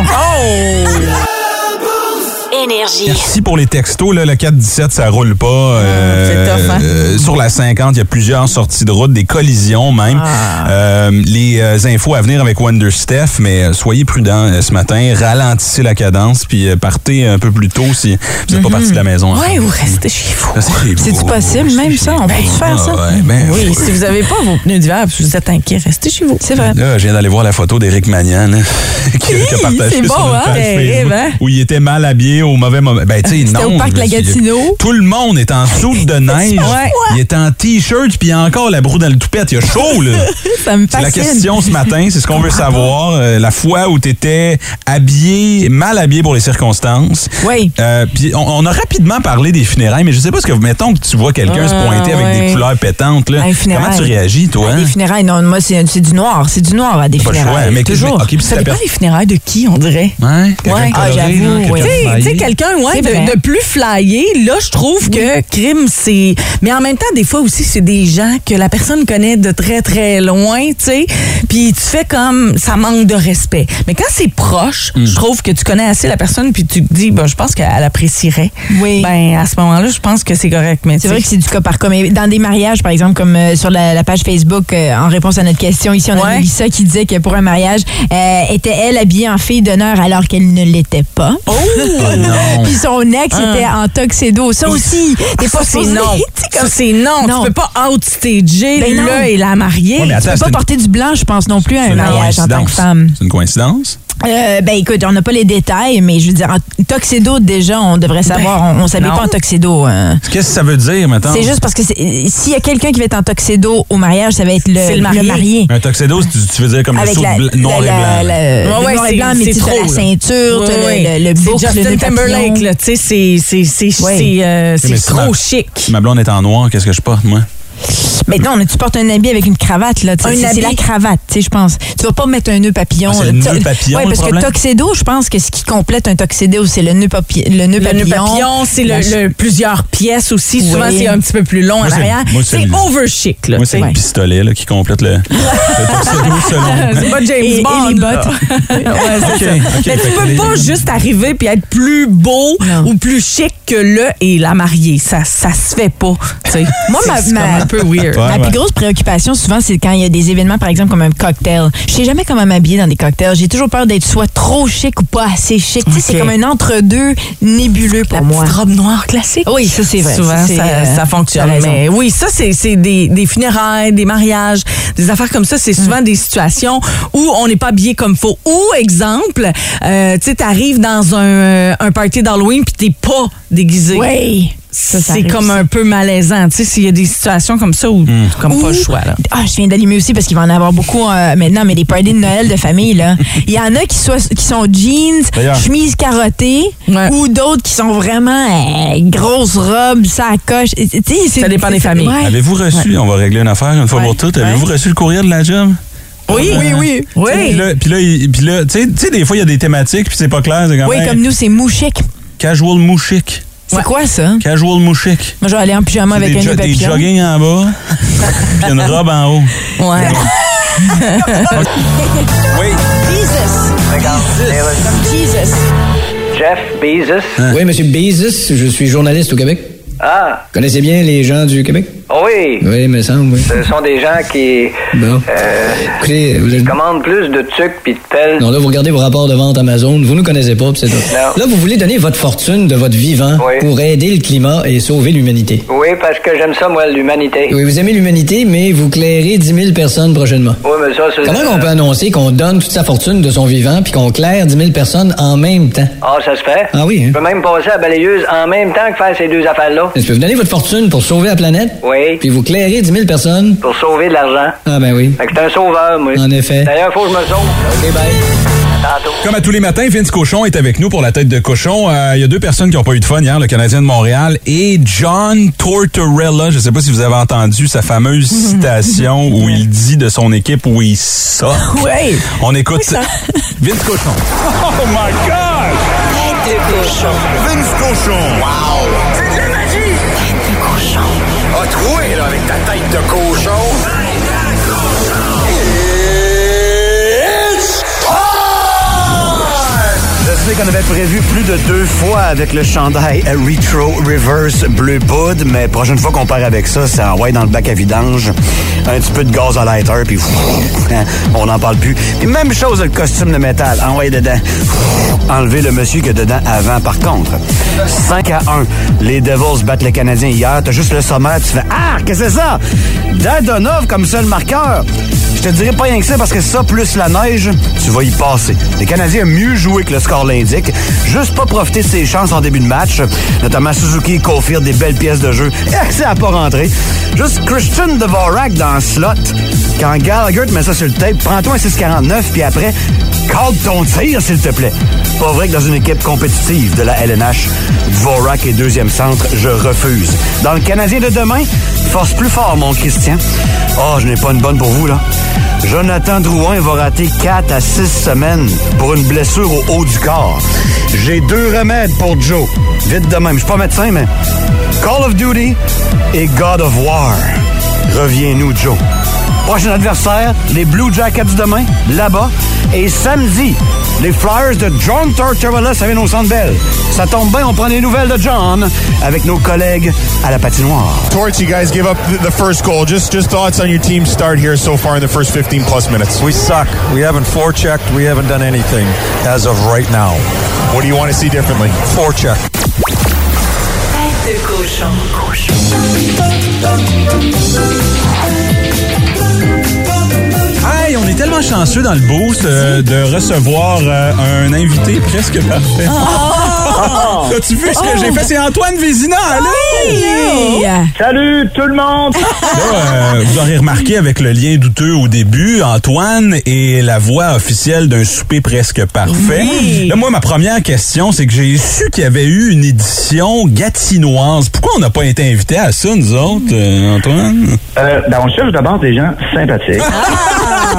[SPEAKER 1] Énergie.
[SPEAKER 6] Oh! Merci pour les textos. Là, le 417, ça roule pas. Euh,
[SPEAKER 7] Ah,
[SPEAKER 1] c'est tough, hein?
[SPEAKER 6] euh, sur la 50, il y a plusieurs sorties de route, des collisions même.
[SPEAKER 7] Ah.
[SPEAKER 6] Euh, les euh, infos à venir avec Wonder Steph, mais euh, soyez prudents euh, ce matin. Ralentissez la cadence, puis euh, partez un peu plus tôt si vous n'êtes pas parti de la maison.
[SPEAKER 7] Mm-hmm.
[SPEAKER 6] hein.
[SPEAKER 7] Ouais, ou restez chez vous. C'est-tu possible, même ça? On peut faire ça?
[SPEAKER 6] Ah, ouais, ben,
[SPEAKER 4] oui, si vous avez pas vos pneus d'hiver puis vous êtes inquiet, restez chez vous. C'est vrai.
[SPEAKER 6] Là, je viens d'aller voir la photo d'Éric Magnan là, qui, qui a
[SPEAKER 4] Hi,
[SPEAKER 6] partagé
[SPEAKER 4] c'est
[SPEAKER 6] sur
[SPEAKER 4] bon,
[SPEAKER 6] une
[SPEAKER 4] hein?
[SPEAKER 6] page
[SPEAKER 4] Terrible,
[SPEAKER 6] Facebook,
[SPEAKER 4] hein?
[SPEAKER 6] où il était mal habillé au mauvais moment. Ben, tu sais,
[SPEAKER 4] C'était
[SPEAKER 6] non.
[SPEAKER 4] au parc
[SPEAKER 6] je veux dire,
[SPEAKER 4] Lagatineau.
[SPEAKER 6] Tout le monde est en soupe de neige. Il est en T-shirt, puis il a encore la broue dans le toupette. Il a chaud, là.
[SPEAKER 7] Ça me
[SPEAKER 6] C'est
[SPEAKER 7] fascine.
[SPEAKER 6] la question ce matin, c'est ce qu'on veut savoir. Euh, la fois où tu étais habillé, mal habillé pour les circonstances. Euh,
[SPEAKER 7] Oui.
[SPEAKER 6] Puis on, on a rapidement parlé des funérailles, mais je sais pas ce que mettons que tu vois quelqu'un se
[SPEAKER 7] Ah,
[SPEAKER 6] pointer avec
[SPEAKER 7] ouais.
[SPEAKER 6] des couleurs pétantes. Là.
[SPEAKER 7] À les funérailles.
[SPEAKER 6] Comment tu réagis, toi?
[SPEAKER 4] Ben,
[SPEAKER 7] À
[SPEAKER 6] hein?
[SPEAKER 7] Ah, des funérailles, non, moi, c'est c'est du noir. C'est du noir à des
[SPEAKER 6] Pas le choix,
[SPEAKER 7] funérailles.
[SPEAKER 6] mais-
[SPEAKER 7] toujours.
[SPEAKER 6] mais- ok, puis si
[SPEAKER 7] ça
[SPEAKER 6] la
[SPEAKER 7] dépend
[SPEAKER 6] per-
[SPEAKER 7] des
[SPEAKER 4] funérailles de qui, on dirait.
[SPEAKER 6] Ouais.
[SPEAKER 7] Ouais.
[SPEAKER 4] Ah, j'avoue,
[SPEAKER 7] oui.
[SPEAKER 4] Tu sais, Tu sais, quelqu'un ouais,
[SPEAKER 7] C'est
[SPEAKER 4] de,
[SPEAKER 7] vrai.
[SPEAKER 4] de plus flyé, là, je trouve que crime, c'est. Mais en même temps, des fois aussi, c'est des gens que la personne connaît de très, très loin, tu sais. Puis tu fais comme ça manque de respect. Mais quand c'est proche,
[SPEAKER 7] Mm.
[SPEAKER 4] je trouve que tu connais assez la personne, puis tu te dis, ben, je pense qu'elle apprécierait. Oui. Ben, à ce moment-là, je pense que c'est correct. Mais
[SPEAKER 7] C'est vrai que c'est du cas par cas. Mais dans des mariages, par exemple, comme euh, sur la, la page Facebook, euh, en réponse à notre question, ici, on a Melissa qui disait que pour un mariage, euh, était elle habillée en fille d'honneur alors qu'elle ne l'était pas. Oh!
[SPEAKER 6] non.
[SPEAKER 7] Puis son ex
[SPEAKER 6] Ah.
[SPEAKER 4] Hein.
[SPEAKER 7] était en tuxedo. Ça aussi, t'es
[SPEAKER 4] Ah, ça,
[SPEAKER 7] pas
[SPEAKER 4] c'est
[SPEAKER 7] supposé-
[SPEAKER 4] non.
[SPEAKER 7] Tu sais, comme-
[SPEAKER 4] Ça,
[SPEAKER 7] Ben
[SPEAKER 4] c'est non. Tu peux pas outstager le et la mariée.
[SPEAKER 6] Ouais, mais attends,
[SPEAKER 7] tu
[SPEAKER 6] c'est
[SPEAKER 7] peux pas
[SPEAKER 6] une-
[SPEAKER 7] porter du blanc, je pense, non plus à
[SPEAKER 6] C'est
[SPEAKER 7] un
[SPEAKER 6] une
[SPEAKER 7] mariage en tant que
[SPEAKER 6] coïncidence.
[SPEAKER 7] femme.
[SPEAKER 6] C'est une coïncidence?
[SPEAKER 7] Euh, ben écoute, on n'a pas les détails, mais je veux dire, en tuxedo, déjà, on devrait
[SPEAKER 4] Ben,
[SPEAKER 7] savoir. on ne s'habille
[SPEAKER 6] non.
[SPEAKER 7] pas en tuxedo. hein.
[SPEAKER 6] Qu'est-ce que ça veut dire, maintenant?
[SPEAKER 7] C'est juste parce que c'est- euh, s'il y a quelqu'un qui va être en tuxedo au mariage, ça va être le,
[SPEAKER 4] C'est le marié.
[SPEAKER 7] le marié.
[SPEAKER 6] Un tuxedo, tu, tu veux dire comme le
[SPEAKER 7] Avec
[SPEAKER 6] sou
[SPEAKER 7] la-
[SPEAKER 6] bla- noir
[SPEAKER 7] la-
[SPEAKER 6] et blanc.
[SPEAKER 7] la- la-
[SPEAKER 4] Ouais,
[SPEAKER 7] le
[SPEAKER 4] ouais,
[SPEAKER 7] noir et
[SPEAKER 4] c'est-
[SPEAKER 7] blanc, mais
[SPEAKER 4] c'est
[SPEAKER 7] tu sais, t'as
[SPEAKER 4] trop,
[SPEAKER 7] la
[SPEAKER 4] là.
[SPEAKER 7] ceinture,
[SPEAKER 4] Ouais,
[SPEAKER 7] t'as le-
[SPEAKER 4] ouais.
[SPEAKER 7] le- le
[SPEAKER 4] C'est
[SPEAKER 7] boucle, le
[SPEAKER 4] Justin
[SPEAKER 7] nœud papillon.
[SPEAKER 4] Timberlake, là, tu sais, c'est- c'est c'est-
[SPEAKER 7] Ouais.
[SPEAKER 4] c'est, euh, c'est
[SPEAKER 6] Mais si
[SPEAKER 4] trop
[SPEAKER 6] ma-
[SPEAKER 4] chic.
[SPEAKER 6] si Ma blonde est en noir, qu'est-ce que je porte, moi?
[SPEAKER 7] Mais non, mais tu portes un habit avec une cravate, là. tu sais,
[SPEAKER 4] Un
[SPEAKER 7] c'est- C'est
[SPEAKER 4] habit.
[SPEAKER 7] la cravate, tu sais, je pense. Tu vas pas mettre un nœud papillon.
[SPEAKER 6] Ah, c'est
[SPEAKER 7] là,
[SPEAKER 6] le
[SPEAKER 7] tu sais.
[SPEAKER 6] nœud papillon,
[SPEAKER 7] Ouais,
[SPEAKER 6] le
[SPEAKER 7] parce
[SPEAKER 6] problème?
[SPEAKER 7] que tuxedo, je pense que ce qui complète un tuxedo, c'est le nœud, papi- le nœud
[SPEAKER 4] Le
[SPEAKER 7] papillon.
[SPEAKER 4] nœud papillon, c'est le,
[SPEAKER 7] La ch-
[SPEAKER 4] le plusieurs pièces aussi.
[SPEAKER 7] Oui.
[SPEAKER 4] Souvent, c'est un petit peu plus long
[SPEAKER 6] Moi,
[SPEAKER 4] à
[SPEAKER 6] c'est-
[SPEAKER 4] l'arrière.
[SPEAKER 6] moi, c'est
[SPEAKER 4] C'est
[SPEAKER 6] le-
[SPEAKER 4] over chic. Là,
[SPEAKER 6] moi, c'est
[SPEAKER 4] tu sais.
[SPEAKER 6] le pistolet là, qui complète le, le tuxedo selon.
[SPEAKER 4] C'est pas James
[SPEAKER 7] Et- et
[SPEAKER 4] Bond.
[SPEAKER 7] les
[SPEAKER 4] là. Ouais, c'est
[SPEAKER 6] Ok,
[SPEAKER 4] ça.
[SPEAKER 6] ok,
[SPEAKER 4] Mais tu
[SPEAKER 6] fait que
[SPEAKER 4] peux
[SPEAKER 6] les-
[SPEAKER 4] pas juste arriver puis être plus beau ou plus chic que le et la mariée. Ça, ça se fait pas. tu sais.
[SPEAKER 7] Moi,
[SPEAKER 4] C'est-
[SPEAKER 7] ma-
[SPEAKER 4] c'est
[SPEAKER 7] ma-
[SPEAKER 4] comme un peu weird.
[SPEAKER 7] Ma plus grosse préoccupation, souvent, c'est quand il y a des événements, par exemple, comme un cocktail. Je sais jamais comment m'habiller dans des cocktails. J'ai toujours peur d'être soit trop chic ou pas assez chic. Tu sais, c'est
[SPEAKER 4] Ok.
[SPEAKER 7] comme un entre-deux nébuleux pour
[SPEAKER 4] La
[SPEAKER 7] moi.
[SPEAKER 4] petite robe noire classique.
[SPEAKER 7] Oui, ça, c'est vrai.
[SPEAKER 4] Souvent,
[SPEAKER 7] c'est,
[SPEAKER 4] ça,
[SPEAKER 7] euh,
[SPEAKER 4] ça fonctionne.
[SPEAKER 7] t'as raison.
[SPEAKER 4] Mais oui, ça, c'est c'est des, des funérailles, des mariages, des affaires comme ça. C'est souvent des situations où on n'est pas habillé comme faut. Ou, exemple, euh, tu sais, t'arrives dans un, euh, un party d'Halloween puis t'es pas déguisé.
[SPEAKER 7] Oui. Ça, ça
[SPEAKER 4] C'est
[SPEAKER 7] arrive
[SPEAKER 4] comme
[SPEAKER 7] aussi.
[SPEAKER 4] un peu malaisant. Tu sais, s'il y a des situations comme ça où
[SPEAKER 6] Hmm.
[SPEAKER 4] comme pas le
[SPEAKER 7] Ou-
[SPEAKER 4] choix. Là.
[SPEAKER 7] Ah, je viens d'allumer aussi parce qu'il va en avoir beaucoup euh, maintenant, mais des parties de Noël de famille, là. Il y en a qui, soient, qui sont jeans,
[SPEAKER 6] D'ailleurs.
[SPEAKER 7] chemise carottée, ou d'autres qui sont vraiment euh, grosses robes, sacoche. Tu sais, c'est-
[SPEAKER 4] Ça dépend des
[SPEAKER 7] c'est-
[SPEAKER 4] familles.
[SPEAKER 7] ouais.
[SPEAKER 6] Avez-vous reçu, on va régler une affaire une fois
[SPEAKER 7] Ouais.
[SPEAKER 6] pour toutes, avez-vous reçu le courrier de la job?
[SPEAKER 4] Oui, oui, hein. oui.
[SPEAKER 6] Tu sais, Puis là, puis là, il- puis là, tu sais- tu sais, des fois, il y a des thématiques, puis c'est pas clair. C'est quand
[SPEAKER 7] Oui,
[SPEAKER 6] même
[SPEAKER 7] comme nous, c'est mouchek.
[SPEAKER 6] casual mouchique.
[SPEAKER 7] C'est quoi ça?
[SPEAKER 6] Casual mouchique.
[SPEAKER 7] Moi, je vais aller en pyjama avec
[SPEAKER 6] des,
[SPEAKER 7] un
[SPEAKER 6] jo-
[SPEAKER 7] nœud
[SPEAKER 6] des
[SPEAKER 7] papillon.
[SPEAKER 6] joggings en bas, puis une robe en haut.
[SPEAKER 4] Ouais.
[SPEAKER 6] Oui.
[SPEAKER 11] Jeff Bezos.
[SPEAKER 9] Ah.
[SPEAKER 10] Oui, Monsieur Bezos, je suis journaliste au Québec.
[SPEAKER 11] Ah,
[SPEAKER 10] Connaissez bien les gens du Québec?
[SPEAKER 11] oui.
[SPEAKER 10] Oui, il me semble, oui.
[SPEAKER 11] Ce sont des gens qui
[SPEAKER 10] Bon.
[SPEAKER 11] euh,
[SPEAKER 10] Écoutez, vous êtes-
[SPEAKER 11] commandent plus de tucs puis de pelles.
[SPEAKER 10] Non, là, vous regardez vos rapports de vente Amazon, vous nous connaissez pas, pis c'est tout.
[SPEAKER 11] Non.
[SPEAKER 10] Là, vous voulez donner votre fortune de votre vivant
[SPEAKER 11] Oui.
[SPEAKER 10] pour aider le climat et sauver l'humanité.
[SPEAKER 11] Oui, parce que j'aime ça, moi, l'humanité.
[SPEAKER 10] Oui, vous aimez l'humanité, mais vous clairez 10 000 personnes prochainement.
[SPEAKER 11] Oui, mais ça, c'est...
[SPEAKER 10] Comment on peut annoncer qu'on donne toute sa fortune de son vivant puis qu'on claire 10 000 personnes en même temps?
[SPEAKER 11] Ah, ça se fait.
[SPEAKER 10] Ah oui, hein?
[SPEAKER 11] Je peux même passer à la balayeuse en même temps que faire ces deux affaires-là.
[SPEAKER 10] Est-ce que vous donnez votre fortune pour sauver la planète?
[SPEAKER 11] Oui,
[SPEAKER 10] Puis vous clairez 10 000 personnes?
[SPEAKER 11] pour sauver de l'argent.
[SPEAKER 10] Ah ben oui.
[SPEAKER 11] Fait que t'es un sauveur, moi.
[SPEAKER 10] En effet.
[SPEAKER 11] D'ailleurs, faut que je me sauve.
[SPEAKER 10] OK, bye.
[SPEAKER 6] Comme à tous les matins, Vince Cochon est avec nous pour la tête de cochon. Euh, Il y a deux personnes qui n'ont pas eu de fun hier, le Canadien de Montréal et John Tortorella. Je ne sais pas si vous avez entendu sa fameuse citation où il dit de son équipe où il sort.
[SPEAKER 4] Oui.
[SPEAKER 7] Ah.
[SPEAKER 6] On écoute Vince Cochon.
[SPEAKER 8] Oh my God! Tête de cochon. Vince cochon. Wow! C'est de la magie! Tête de cochon. A troué, là, avec ta tête de cochon. It's
[SPEAKER 12] Je sais qu'on avait prévu plus de deux fois avec le chandail Retro Reverse Bleu Bud, mais prochaine fois qu'on part avec ça, ça envoie dans le bac à vidange, un petit peu de gaz à lighter, puis hein, on n'en parle plus. Puis même chose, le costume de métal, envoyé dedans, enlever le monsieur qui est dedans avant. Par contre, 5 à 1, les Devils battent les Canadiens hier, t'as juste le sommaire, tu fais « Ah, qu'est-ce que c'est ça? » Dadonov comme seul marqueur. Je te dirais pas rien que ça parce que ça, plus la neige, tu vas y passer. Les Canadiens ont mieux joué que le score l'indique. Juste pas profiter de ses chances en début de match. Notamment Suzuki et Caulfield, des belles pièces de jeu. Eh, Et c'est à pas rentrer. Juste Christian Dvorak dans le slot. Quand Gallagher te met ça sur le tape, prends-toi un 6,49 puis après, cadre ton tir, s'il te plaît. Pas vrai que dans une équipe compétitive de la LNH, Dvorak est deuxième centre, je refuse. Dans le Canadien de demain, force plus fort, mon Christian. Oh, je n'ai pas une bonne pour vous, là. Jonathan Drouin va rater 4 à 6 semaines pour une blessure au haut du corps. J'ai deux remèdes pour Joe. Vite de même. Je suis pas médecin, mais Call of Duty et God of War. Reviens-nous, Joe. Prochain adversaire, les Blue Jackets demain, là-bas. Et samedi, les Flyers de John Tortorella, ça vient au Centre Bell. Ça tombe bien, on prend des nouvelles de John avec nos collègues à la patinoire.
[SPEAKER 13] Torts, you guys give up th- the first goal. Just just thoughts on your team's start here so far in the first 15 plus minutes. We suck. We haven't forechecked. We haven't done anything as of right now. What do you want to see differently? Forecheck.
[SPEAKER 1] Tête de cochon.
[SPEAKER 6] Hey, on est tellement chanceux dans le boost euh, de recevoir euh, un invité presque parfait. As-tu vu ce que j'ai fait? C'est Antoine Vézina. Allô? Oh!
[SPEAKER 4] Ah,
[SPEAKER 13] Salut tout le monde!
[SPEAKER 12] Ah!
[SPEAKER 6] Là, euh, vous aurez remarqué avec le lien douteux au début, Antoine est la voix officielle d'un souper presque parfait.
[SPEAKER 8] Oui.
[SPEAKER 6] Là, moi, ma première question, c'est que j'ai su qu'il y avait eu une édition gatinoise. Pourquoi on n'a pas été invité à ça, nous autres, euh, Antoine?
[SPEAKER 14] Euh, ben, on cherche d'abord des gens sympathiques.
[SPEAKER 12] Ah,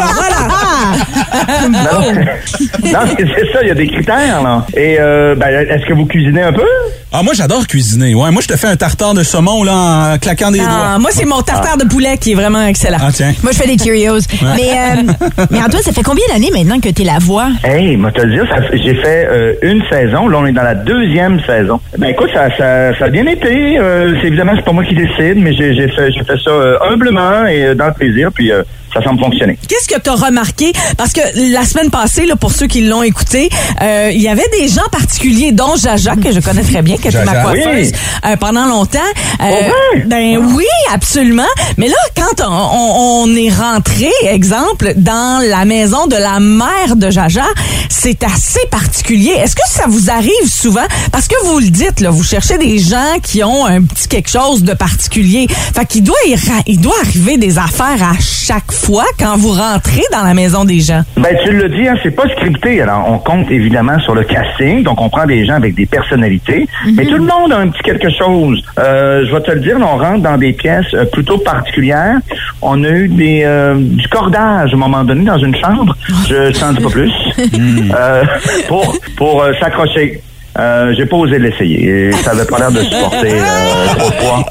[SPEAKER 14] Non, non mais c'est ça, il y a des critères, là. Et, euh, ben, est-ce que vous cuisinez un peu?
[SPEAKER 6] Ah, moi, j'adore cuisiner. Ouais, moi, je te fais un tartare de saumon là, en claquant des doigts.
[SPEAKER 4] Ah, moi, c'est mon tartare de poulet qui est vraiment excellent.
[SPEAKER 6] Ah, tiens.
[SPEAKER 7] Moi, je fais des Cheerios.
[SPEAKER 6] Ouais.
[SPEAKER 7] Mais, euh, mais Antoine, ça fait combien d'années maintenant que t'es la voix?
[SPEAKER 14] Hey, moi, te le dire, ça- j'ai fait euh, une saison. Là, on est dans la deuxième saison. Ben, écoute, ça, ça, ça a bien été. Euh, c'est évidemment, c'est pas moi qui décide, mais j'ai, j'ai fait, j'ai fait ça euh, humblement et euh, dans le plaisir, puis euh, ça semble fonctionner.
[SPEAKER 4] Qu'est-ce que tu as remarqué? Parce que la semaine passée, là, pour ceux qui l'ont écouté, euh, il y avait des gens particuliers, dont Jaja, que je connais très bien, qui était ma
[SPEAKER 7] Jaja,
[SPEAKER 4] coiffeuse
[SPEAKER 7] oui.
[SPEAKER 4] euh, pendant longtemps. Euh, ben oui, absolument. Mais là, quand on, on- on est rentré, exemple, dans la maison de la mère de Jaja, c'est assez particulier. Est-ce que ça vous arrive souvent? Parce que vous le dites, là, vous cherchez des gens qui ont un petit quelque chose de particulier. Fait qu'il doit, y ra- il doit arriver des affaires à chaque fois quand vous rentrez dans la maison des gens.
[SPEAKER 14] Ben, tu le dis, hein, c'est pas scripté. Alors, on compte évidemment sur le casting, donc on prend des gens avec des personnalités, mais tout le monde a un petit quelque chose. Euh, je vais te le dire, on rentre dans des pièces euh, plutôt particulières. On a eu des euh, du cordage à un moment donné dans une chambre. Je t'en dis pas plus. Euh, pour pour euh, s'accrocher. Euh, J'ai pas osé l'essayer. Et Ça avait pas l'air de supporter euh, trop de poids.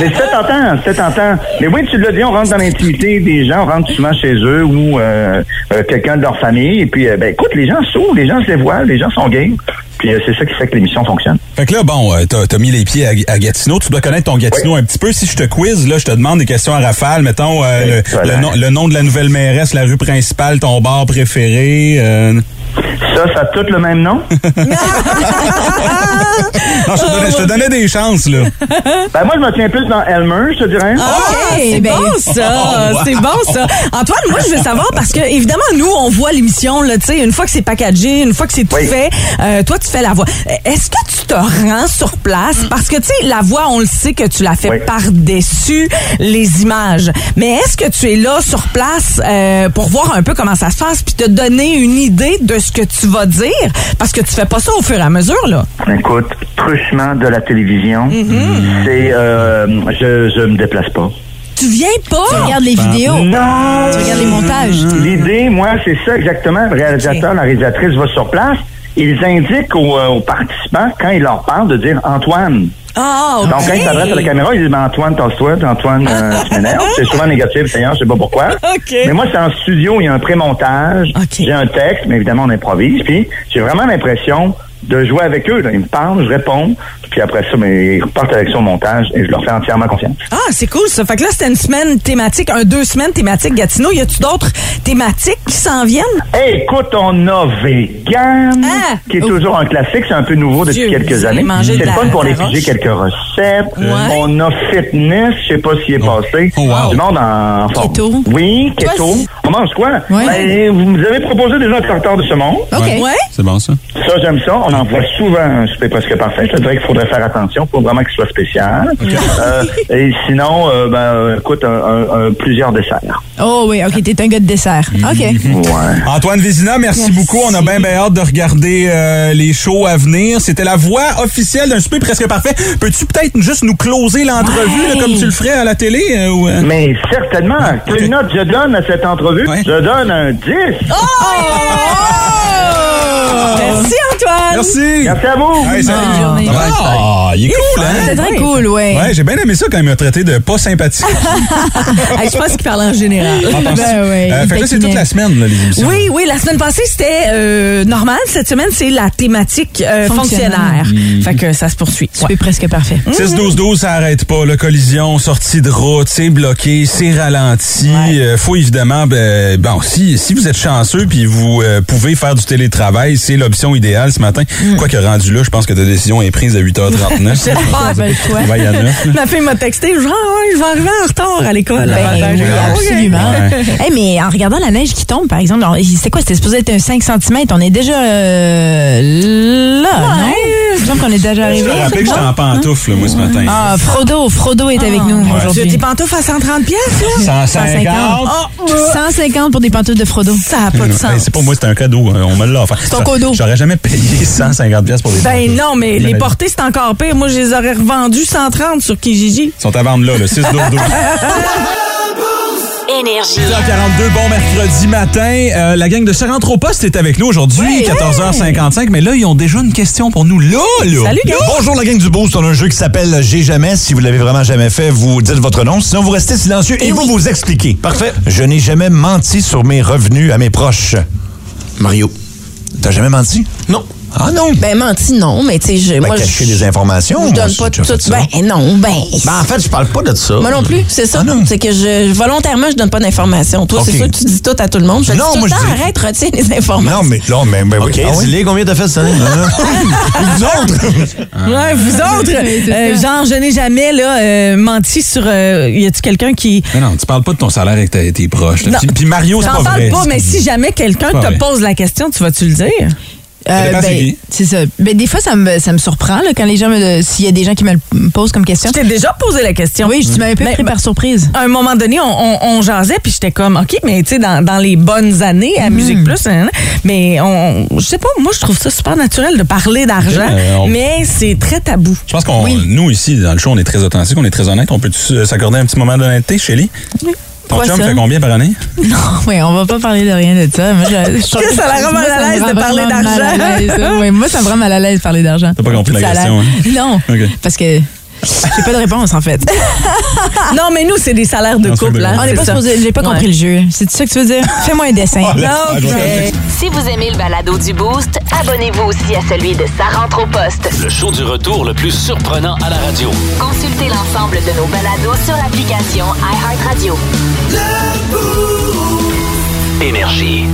[SPEAKER 14] Mais c'était tentant, c'était tentant. Mais oui, tu l'as dit, on rentre dans l'intimité des gens, on rentre souvent chez eux ou euh, euh, quelqu'un de leur famille. Et puis, euh, ben écoute, les gens s'ouvrent, les gens se les voient, les gens sont gays. Puis euh, c'est ça qui fait que l'émission fonctionne.
[SPEAKER 6] Fait que là, bon, euh, t'as t'as mis les pieds à, à Gatineau. Tu dois connaître ton Gatineau un petit peu. Si je te quiz, là, je te demande des questions à rafale. Mettons, euh, le- le, nom, le nom de la nouvelle mairesse, la rue principale, ton bar préféré. euh,
[SPEAKER 14] Ça, ça a tout le même nom?
[SPEAKER 6] Non, je te donnais, je te donnais des chances, là.
[SPEAKER 14] Ben moi, je me tiens plus dans Elmer, je te dirais.
[SPEAKER 4] Ah, c'est
[SPEAKER 7] ben,
[SPEAKER 4] bon
[SPEAKER 7] oh,
[SPEAKER 4] ça, c'est bon ça. Antoine, moi je veux savoir parce que évidemment nous on voit l'émission là, tu sais, une fois que c'est packagé, une fois que c'est tout fait, euh, toi tu fais la voix. Est-ce que tu te rends sur place? Parce que, tu sais, la voix, on le sait que tu la fais par-dessus les images. Mais est-ce que tu es là sur place euh, pour voir un peu comment ça se passe puis te donner une idée de ce que tu vas dire? Parce que tu fais pas ça au fur et à mesure, là.
[SPEAKER 14] Écoute, truchement de la télévision, c'est euh, je, je me déplace pas.
[SPEAKER 4] Tu viens pas?
[SPEAKER 5] Tu regardes les
[SPEAKER 6] Ah,
[SPEAKER 7] Oh.
[SPEAKER 6] ben,
[SPEAKER 5] vidéos.
[SPEAKER 14] Non!
[SPEAKER 5] Tu regardes les montages.
[SPEAKER 14] L'idée, moi, c'est ça exactement. Le réalisateur, la réalisatrice va sur place. Ils indiquent aux, euh, aux participants, quand ils leur parlent, de dire Antoine.
[SPEAKER 4] Ah,
[SPEAKER 14] Donc, quand ils s'adressent à la caméra, ils disent Ben, Antoine, tasse-toi, puis Antoine, euh, tu m'énerves. C'est souvent négatif, d'ailleurs, je sais pas pourquoi. Mais moi, c'est en studio, il y a un pré-montage, j'ai un texte, mais évidemment, on improvise, puis j'ai vraiment l'impression de jouer avec eux. là. Ils me parlent, je réponds, puis après ça, mais ils repartent avec ça au montage et je leur fais entièrement confiance.
[SPEAKER 4] Ah, c'est cool ça. Fait que là, c'était une semaine thématique, un deux semaines thématique Gatineau. Y a-tu d'autres thématiques qui s'en viennent?
[SPEAKER 14] Écoute, on a vegan, qui est toujours un classique, c'est un peu nouveau depuis
[SPEAKER 4] Dieu,
[SPEAKER 14] quelques
[SPEAKER 4] vous allez
[SPEAKER 14] années.
[SPEAKER 4] manger de
[SPEAKER 14] C'est le
[SPEAKER 4] la-
[SPEAKER 14] fun pour
[SPEAKER 4] de la
[SPEAKER 14] les figer
[SPEAKER 4] roche.
[SPEAKER 14] quelques recettes. On a fitness, je sais pas ce qui est passé. Du monde en forme. Keto. Oui,
[SPEAKER 6] Toi,
[SPEAKER 14] keto.
[SPEAKER 6] c'est-
[SPEAKER 14] On mange quoi?
[SPEAKER 6] Ouais.
[SPEAKER 14] Ben, vous nous avez proposé déjà un tartare de saumon.
[SPEAKER 6] Ouais. C'est bon, ça.
[SPEAKER 14] Ça, j'aime ça. On en voit souvent un souper presque parfait. Je te dirais qu'il faudrait faire attention pour vraiment qu'il soit spécial. Euh, et sinon, euh, ben, écoute, un- un- un- plusieurs desserts.
[SPEAKER 7] Oh oui, OK, t'es un gars de dessert.
[SPEAKER 6] Mm-hmm.
[SPEAKER 7] OK.
[SPEAKER 6] Antoine Vézina, merci, beaucoup. On a bien bien hâte de regarder euh, les shows à venir. C'était la voix officielle d'un souper presque parfait. Peux-tu peut-être juste nous closer l'entrevue là, comme tu le ferais à la télé? euh, ou, euh?
[SPEAKER 14] Mais certainement, quelle note je donne à cette entrevue? Je donne un 10.
[SPEAKER 4] Merci, Antoine.
[SPEAKER 6] Oh! Merci.
[SPEAKER 14] Merci à vous.
[SPEAKER 6] Hey, salut.
[SPEAKER 14] Bonne journée.
[SPEAKER 6] Ah, il est cool, hein?
[SPEAKER 7] C'est très cool, ouais.
[SPEAKER 6] Ouais, j'ai bien aimé ça quand il m'a traité de pas sympathique.
[SPEAKER 4] Ben Hey, je pense qu'il parle en général.
[SPEAKER 7] Ben,
[SPEAKER 6] Ah, penses-tu? Euh, fait que là, c'est toute la semaine, là, les émissions.
[SPEAKER 4] Oui, oui, la semaine passée, c'était euh, normal. Cette semaine, c'est la thématique euh, fonctionnaire.
[SPEAKER 7] Fonctionnaire.
[SPEAKER 6] Mm.
[SPEAKER 4] Fait que ça se poursuit.
[SPEAKER 7] Tu es presque parfait.
[SPEAKER 6] 6-12-12, ça arrête pas. La collision, sortie de route, c'est bloqué, c'est ralenti. Euh, faut évidemment, ben, bon, si, si vous êtes chanceux puis vous euh, pouvez faire du télétravail, c'est l'option idéale ce matin. Quoique rendu là, je pense que ta décision est prise à 8h39.
[SPEAKER 4] Hmm. Je sais pas,
[SPEAKER 6] On va y à neuf, là.
[SPEAKER 4] Ma fille m'a texté, genre, Ah, je vais arriver en retard à l'école.
[SPEAKER 6] Ben,
[SPEAKER 4] Ah,
[SPEAKER 6] oui,
[SPEAKER 4] j'ai dit, Ah, ok.
[SPEAKER 7] Absolument.
[SPEAKER 6] Ouais.
[SPEAKER 7] Hey, mais en regardant la neige qui tombe, par exemple, on- c'était quoi? C'était supposé être un 5 cm. On est déjà euh, là, non? Je pense qu'on est déjà
[SPEAKER 6] Je
[SPEAKER 7] arrivé.
[SPEAKER 6] te rappelle que j'étais en pantoufle, là, moi, ce
[SPEAKER 4] Hein?
[SPEAKER 6] matin.
[SPEAKER 7] Ah, Frodo, Frodo est
[SPEAKER 15] Ah.
[SPEAKER 7] avec nous
[SPEAKER 6] Ouais.
[SPEAKER 7] aujourd'hui.
[SPEAKER 6] Tu as des
[SPEAKER 4] pantoufles à 130 pièces,
[SPEAKER 6] là? 150.
[SPEAKER 4] Oh,
[SPEAKER 7] 150 pour des pantoufles de Frodo. Ça n'a
[SPEAKER 6] Hey, c'est pas moi, c'est un cadeau. hein. On me l'a offert.
[SPEAKER 7] C'est ton cadeau.
[SPEAKER 6] J'aurais jamais payé 150 pièces pour des
[SPEAKER 4] Ben
[SPEAKER 6] pantoufles.
[SPEAKER 4] non, mais les
[SPEAKER 6] Jamais.
[SPEAKER 4] portées, c'est encore pire. Moi, je les aurais revendues 130 sur Kijiji.
[SPEAKER 6] Ils sont à vendre là, le 6 12 12
[SPEAKER 1] Énergie.
[SPEAKER 6] 42 bon mercredi matin. Euh, la gang de Charente au poste est avec nous aujourd'hui, 14h55. Mais là, ils ont déjà une question pour nous. Là, là.
[SPEAKER 16] Bonjour la gang du Boost, on a un jeu qui s'appelle J'ai jamais. Si vous l'avez vraiment jamais fait, vous dites votre nom. Sinon, vous restez silencieux
[SPEAKER 15] Eh
[SPEAKER 16] et, vous vous expliquez. Parfait. Je n'ai jamais menti sur mes revenus à mes proches. Mario. T'as jamais menti? Non. Ah non?
[SPEAKER 15] Ben menti, non, mais tu sais, je-
[SPEAKER 16] Ben,
[SPEAKER 15] moi,
[SPEAKER 16] cacher
[SPEAKER 15] je-
[SPEAKER 16] des informations,
[SPEAKER 15] Je
[SPEAKER 16] moi,
[SPEAKER 15] donne
[SPEAKER 16] si
[SPEAKER 15] pas
[SPEAKER 16] tu as fait
[SPEAKER 15] tout.
[SPEAKER 16] ça.
[SPEAKER 15] Ben non, ben.
[SPEAKER 16] Ben, en fait, je parle pas de ça.
[SPEAKER 15] Moi non plus, c'est ça. C'est que je volontairement, je donne pas d'informations. Toi,
[SPEAKER 16] Ok.
[SPEAKER 15] c'est sûr que tu dis tout à tout le monde. Je
[SPEAKER 16] Non,
[SPEAKER 15] dis tout
[SPEAKER 16] moi,
[SPEAKER 15] le
[SPEAKER 16] je
[SPEAKER 15] temps,
[SPEAKER 16] dis-
[SPEAKER 15] arrête, retiens les informations.
[SPEAKER 16] Non, mais non, mais, mais oui.
[SPEAKER 15] Ok,
[SPEAKER 16] dis-les combien t'as fait cette année. vous autres!
[SPEAKER 4] Ouais, vous autres,
[SPEAKER 16] Oui, c'est
[SPEAKER 4] euh, genre, je n'ai jamais là, euh, menti sur. euh, y a-tu quelqu'un qui.
[SPEAKER 6] Mais non, tu parles pas de ton salaire avec tes, tes proches. là.
[SPEAKER 4] Non.
[SPEAKER 6] Puis, puis Mario, c'est
[SPEAKER 4] T'en
[SPEAKER 6] pas vrai.
[SPEAKER 4] parles pas,
[SPEAKER 6] C'est
[SPEAKER 4] mais si jamais quelqu'un
[SPEAKER 6] C'est pas
[SPEAKER 4] te
[SPEAKER 6] vrai.
[SPEAKER 4] pose la question, tu vas-tu le dire?
[SPEAKER 7] Euh,
[SPEAKER 6] dépend c'est
[SPEAKER 7] ben,
[SPEAKER 6] qui.
[SPEAKER 7] c'est ça. Ben, des fois, ça me, ça me surprend là, quand les gens me. S'il y a des gens qui me le posent comme question.
[SPEAKER 4] Je t'ai déjà posé la question.
[SPEAKER 7] Oui, je- tu m'avais pas
[SPEAKER 4] Mais-
[SPEAKER 7] pris par surprise.
[SPEAKER 4] À un moment donné, on, on- on jasait, puis j'étais comme, OK, mais tu sais, dans, dans les bonnes années à Musique Plus, hein, hein, mais on, on- je sais pas, moi, je trouve ça super naturel de parler d'argent,
[SPEAKER 6] Euh, on-
[SPEAKER 4] mais c'est très tabou.
[SPEAKER 6] Je pense qu'on, nous ici, dans le show, on est très authentiques, on est très honnêtes. On peut s'accorder un petit moment d'honnêteté, Shelly? Ton
[SPEAKER 7] Quoi
[SPEAKER 6] chum
[SPEAKER 7] ça?
[SPEAKER 6] fait combien par année?
[SPEAKER 7] Non, oui, on va pas parler de rien de ça. Moi, je, je trouve
[SPEAKER 4] que ça la rend
[SPEAKER 7] moi,
[SPEAKER 4] mal à
[SPEAKER 7] ça me
[SPEAKER 4] l'aise
[SPEAKER 7] rend
[SPEAKER 4] de parler
[SPEAKER 7] vraiment mal à
[SPEAKER 4] d'argent?
[SPEAKER 7] l'aise, ça. Oui, moi, ça me rend mal à l'aise de parler d'argent.
[SPEAKER 6] T'as pas compris la
[SPEAKER 7] Ça la-
[SPEAKER 6] question, hein?
[SPEAKER 7] Non,
[SPEAKER 6] OK.
[SPEAKER 7] parce que j'ai pas de réponse, en fait.
[SPEAKER 4] non, mais nous, c'est des salaires de
[SPEAKER 7] Non, c'est
[SPEAKER 4] couple.
[SPEAKER 7] pas
[SPEAKER 4] hein,
[SPEAKER 7] On n'est
[SPEAKER 4] c'est
[SPEAKER 7] pas
[SPEAKER 4] ça.
[SPEAKER 7] supposé- j'ai pas compris le jeu. C'est ça que tu veux dire? Fais-moi un dessin.
[SPEAKER 16] Ah,
[SPEAKER 4] Non, ok.
[SPEAKER 1] Si vous aimez le balado du Boost, abonnez-vous aussi à celui de Sa rentre au poste.
[SPEAKER 8] Le show du retour le plus surprenant à la radio.
[SPEAKER 1] Consultez l'ensemble de nos balados sur l'application iHeartRadio.
[SPEAKER 8] Énergie.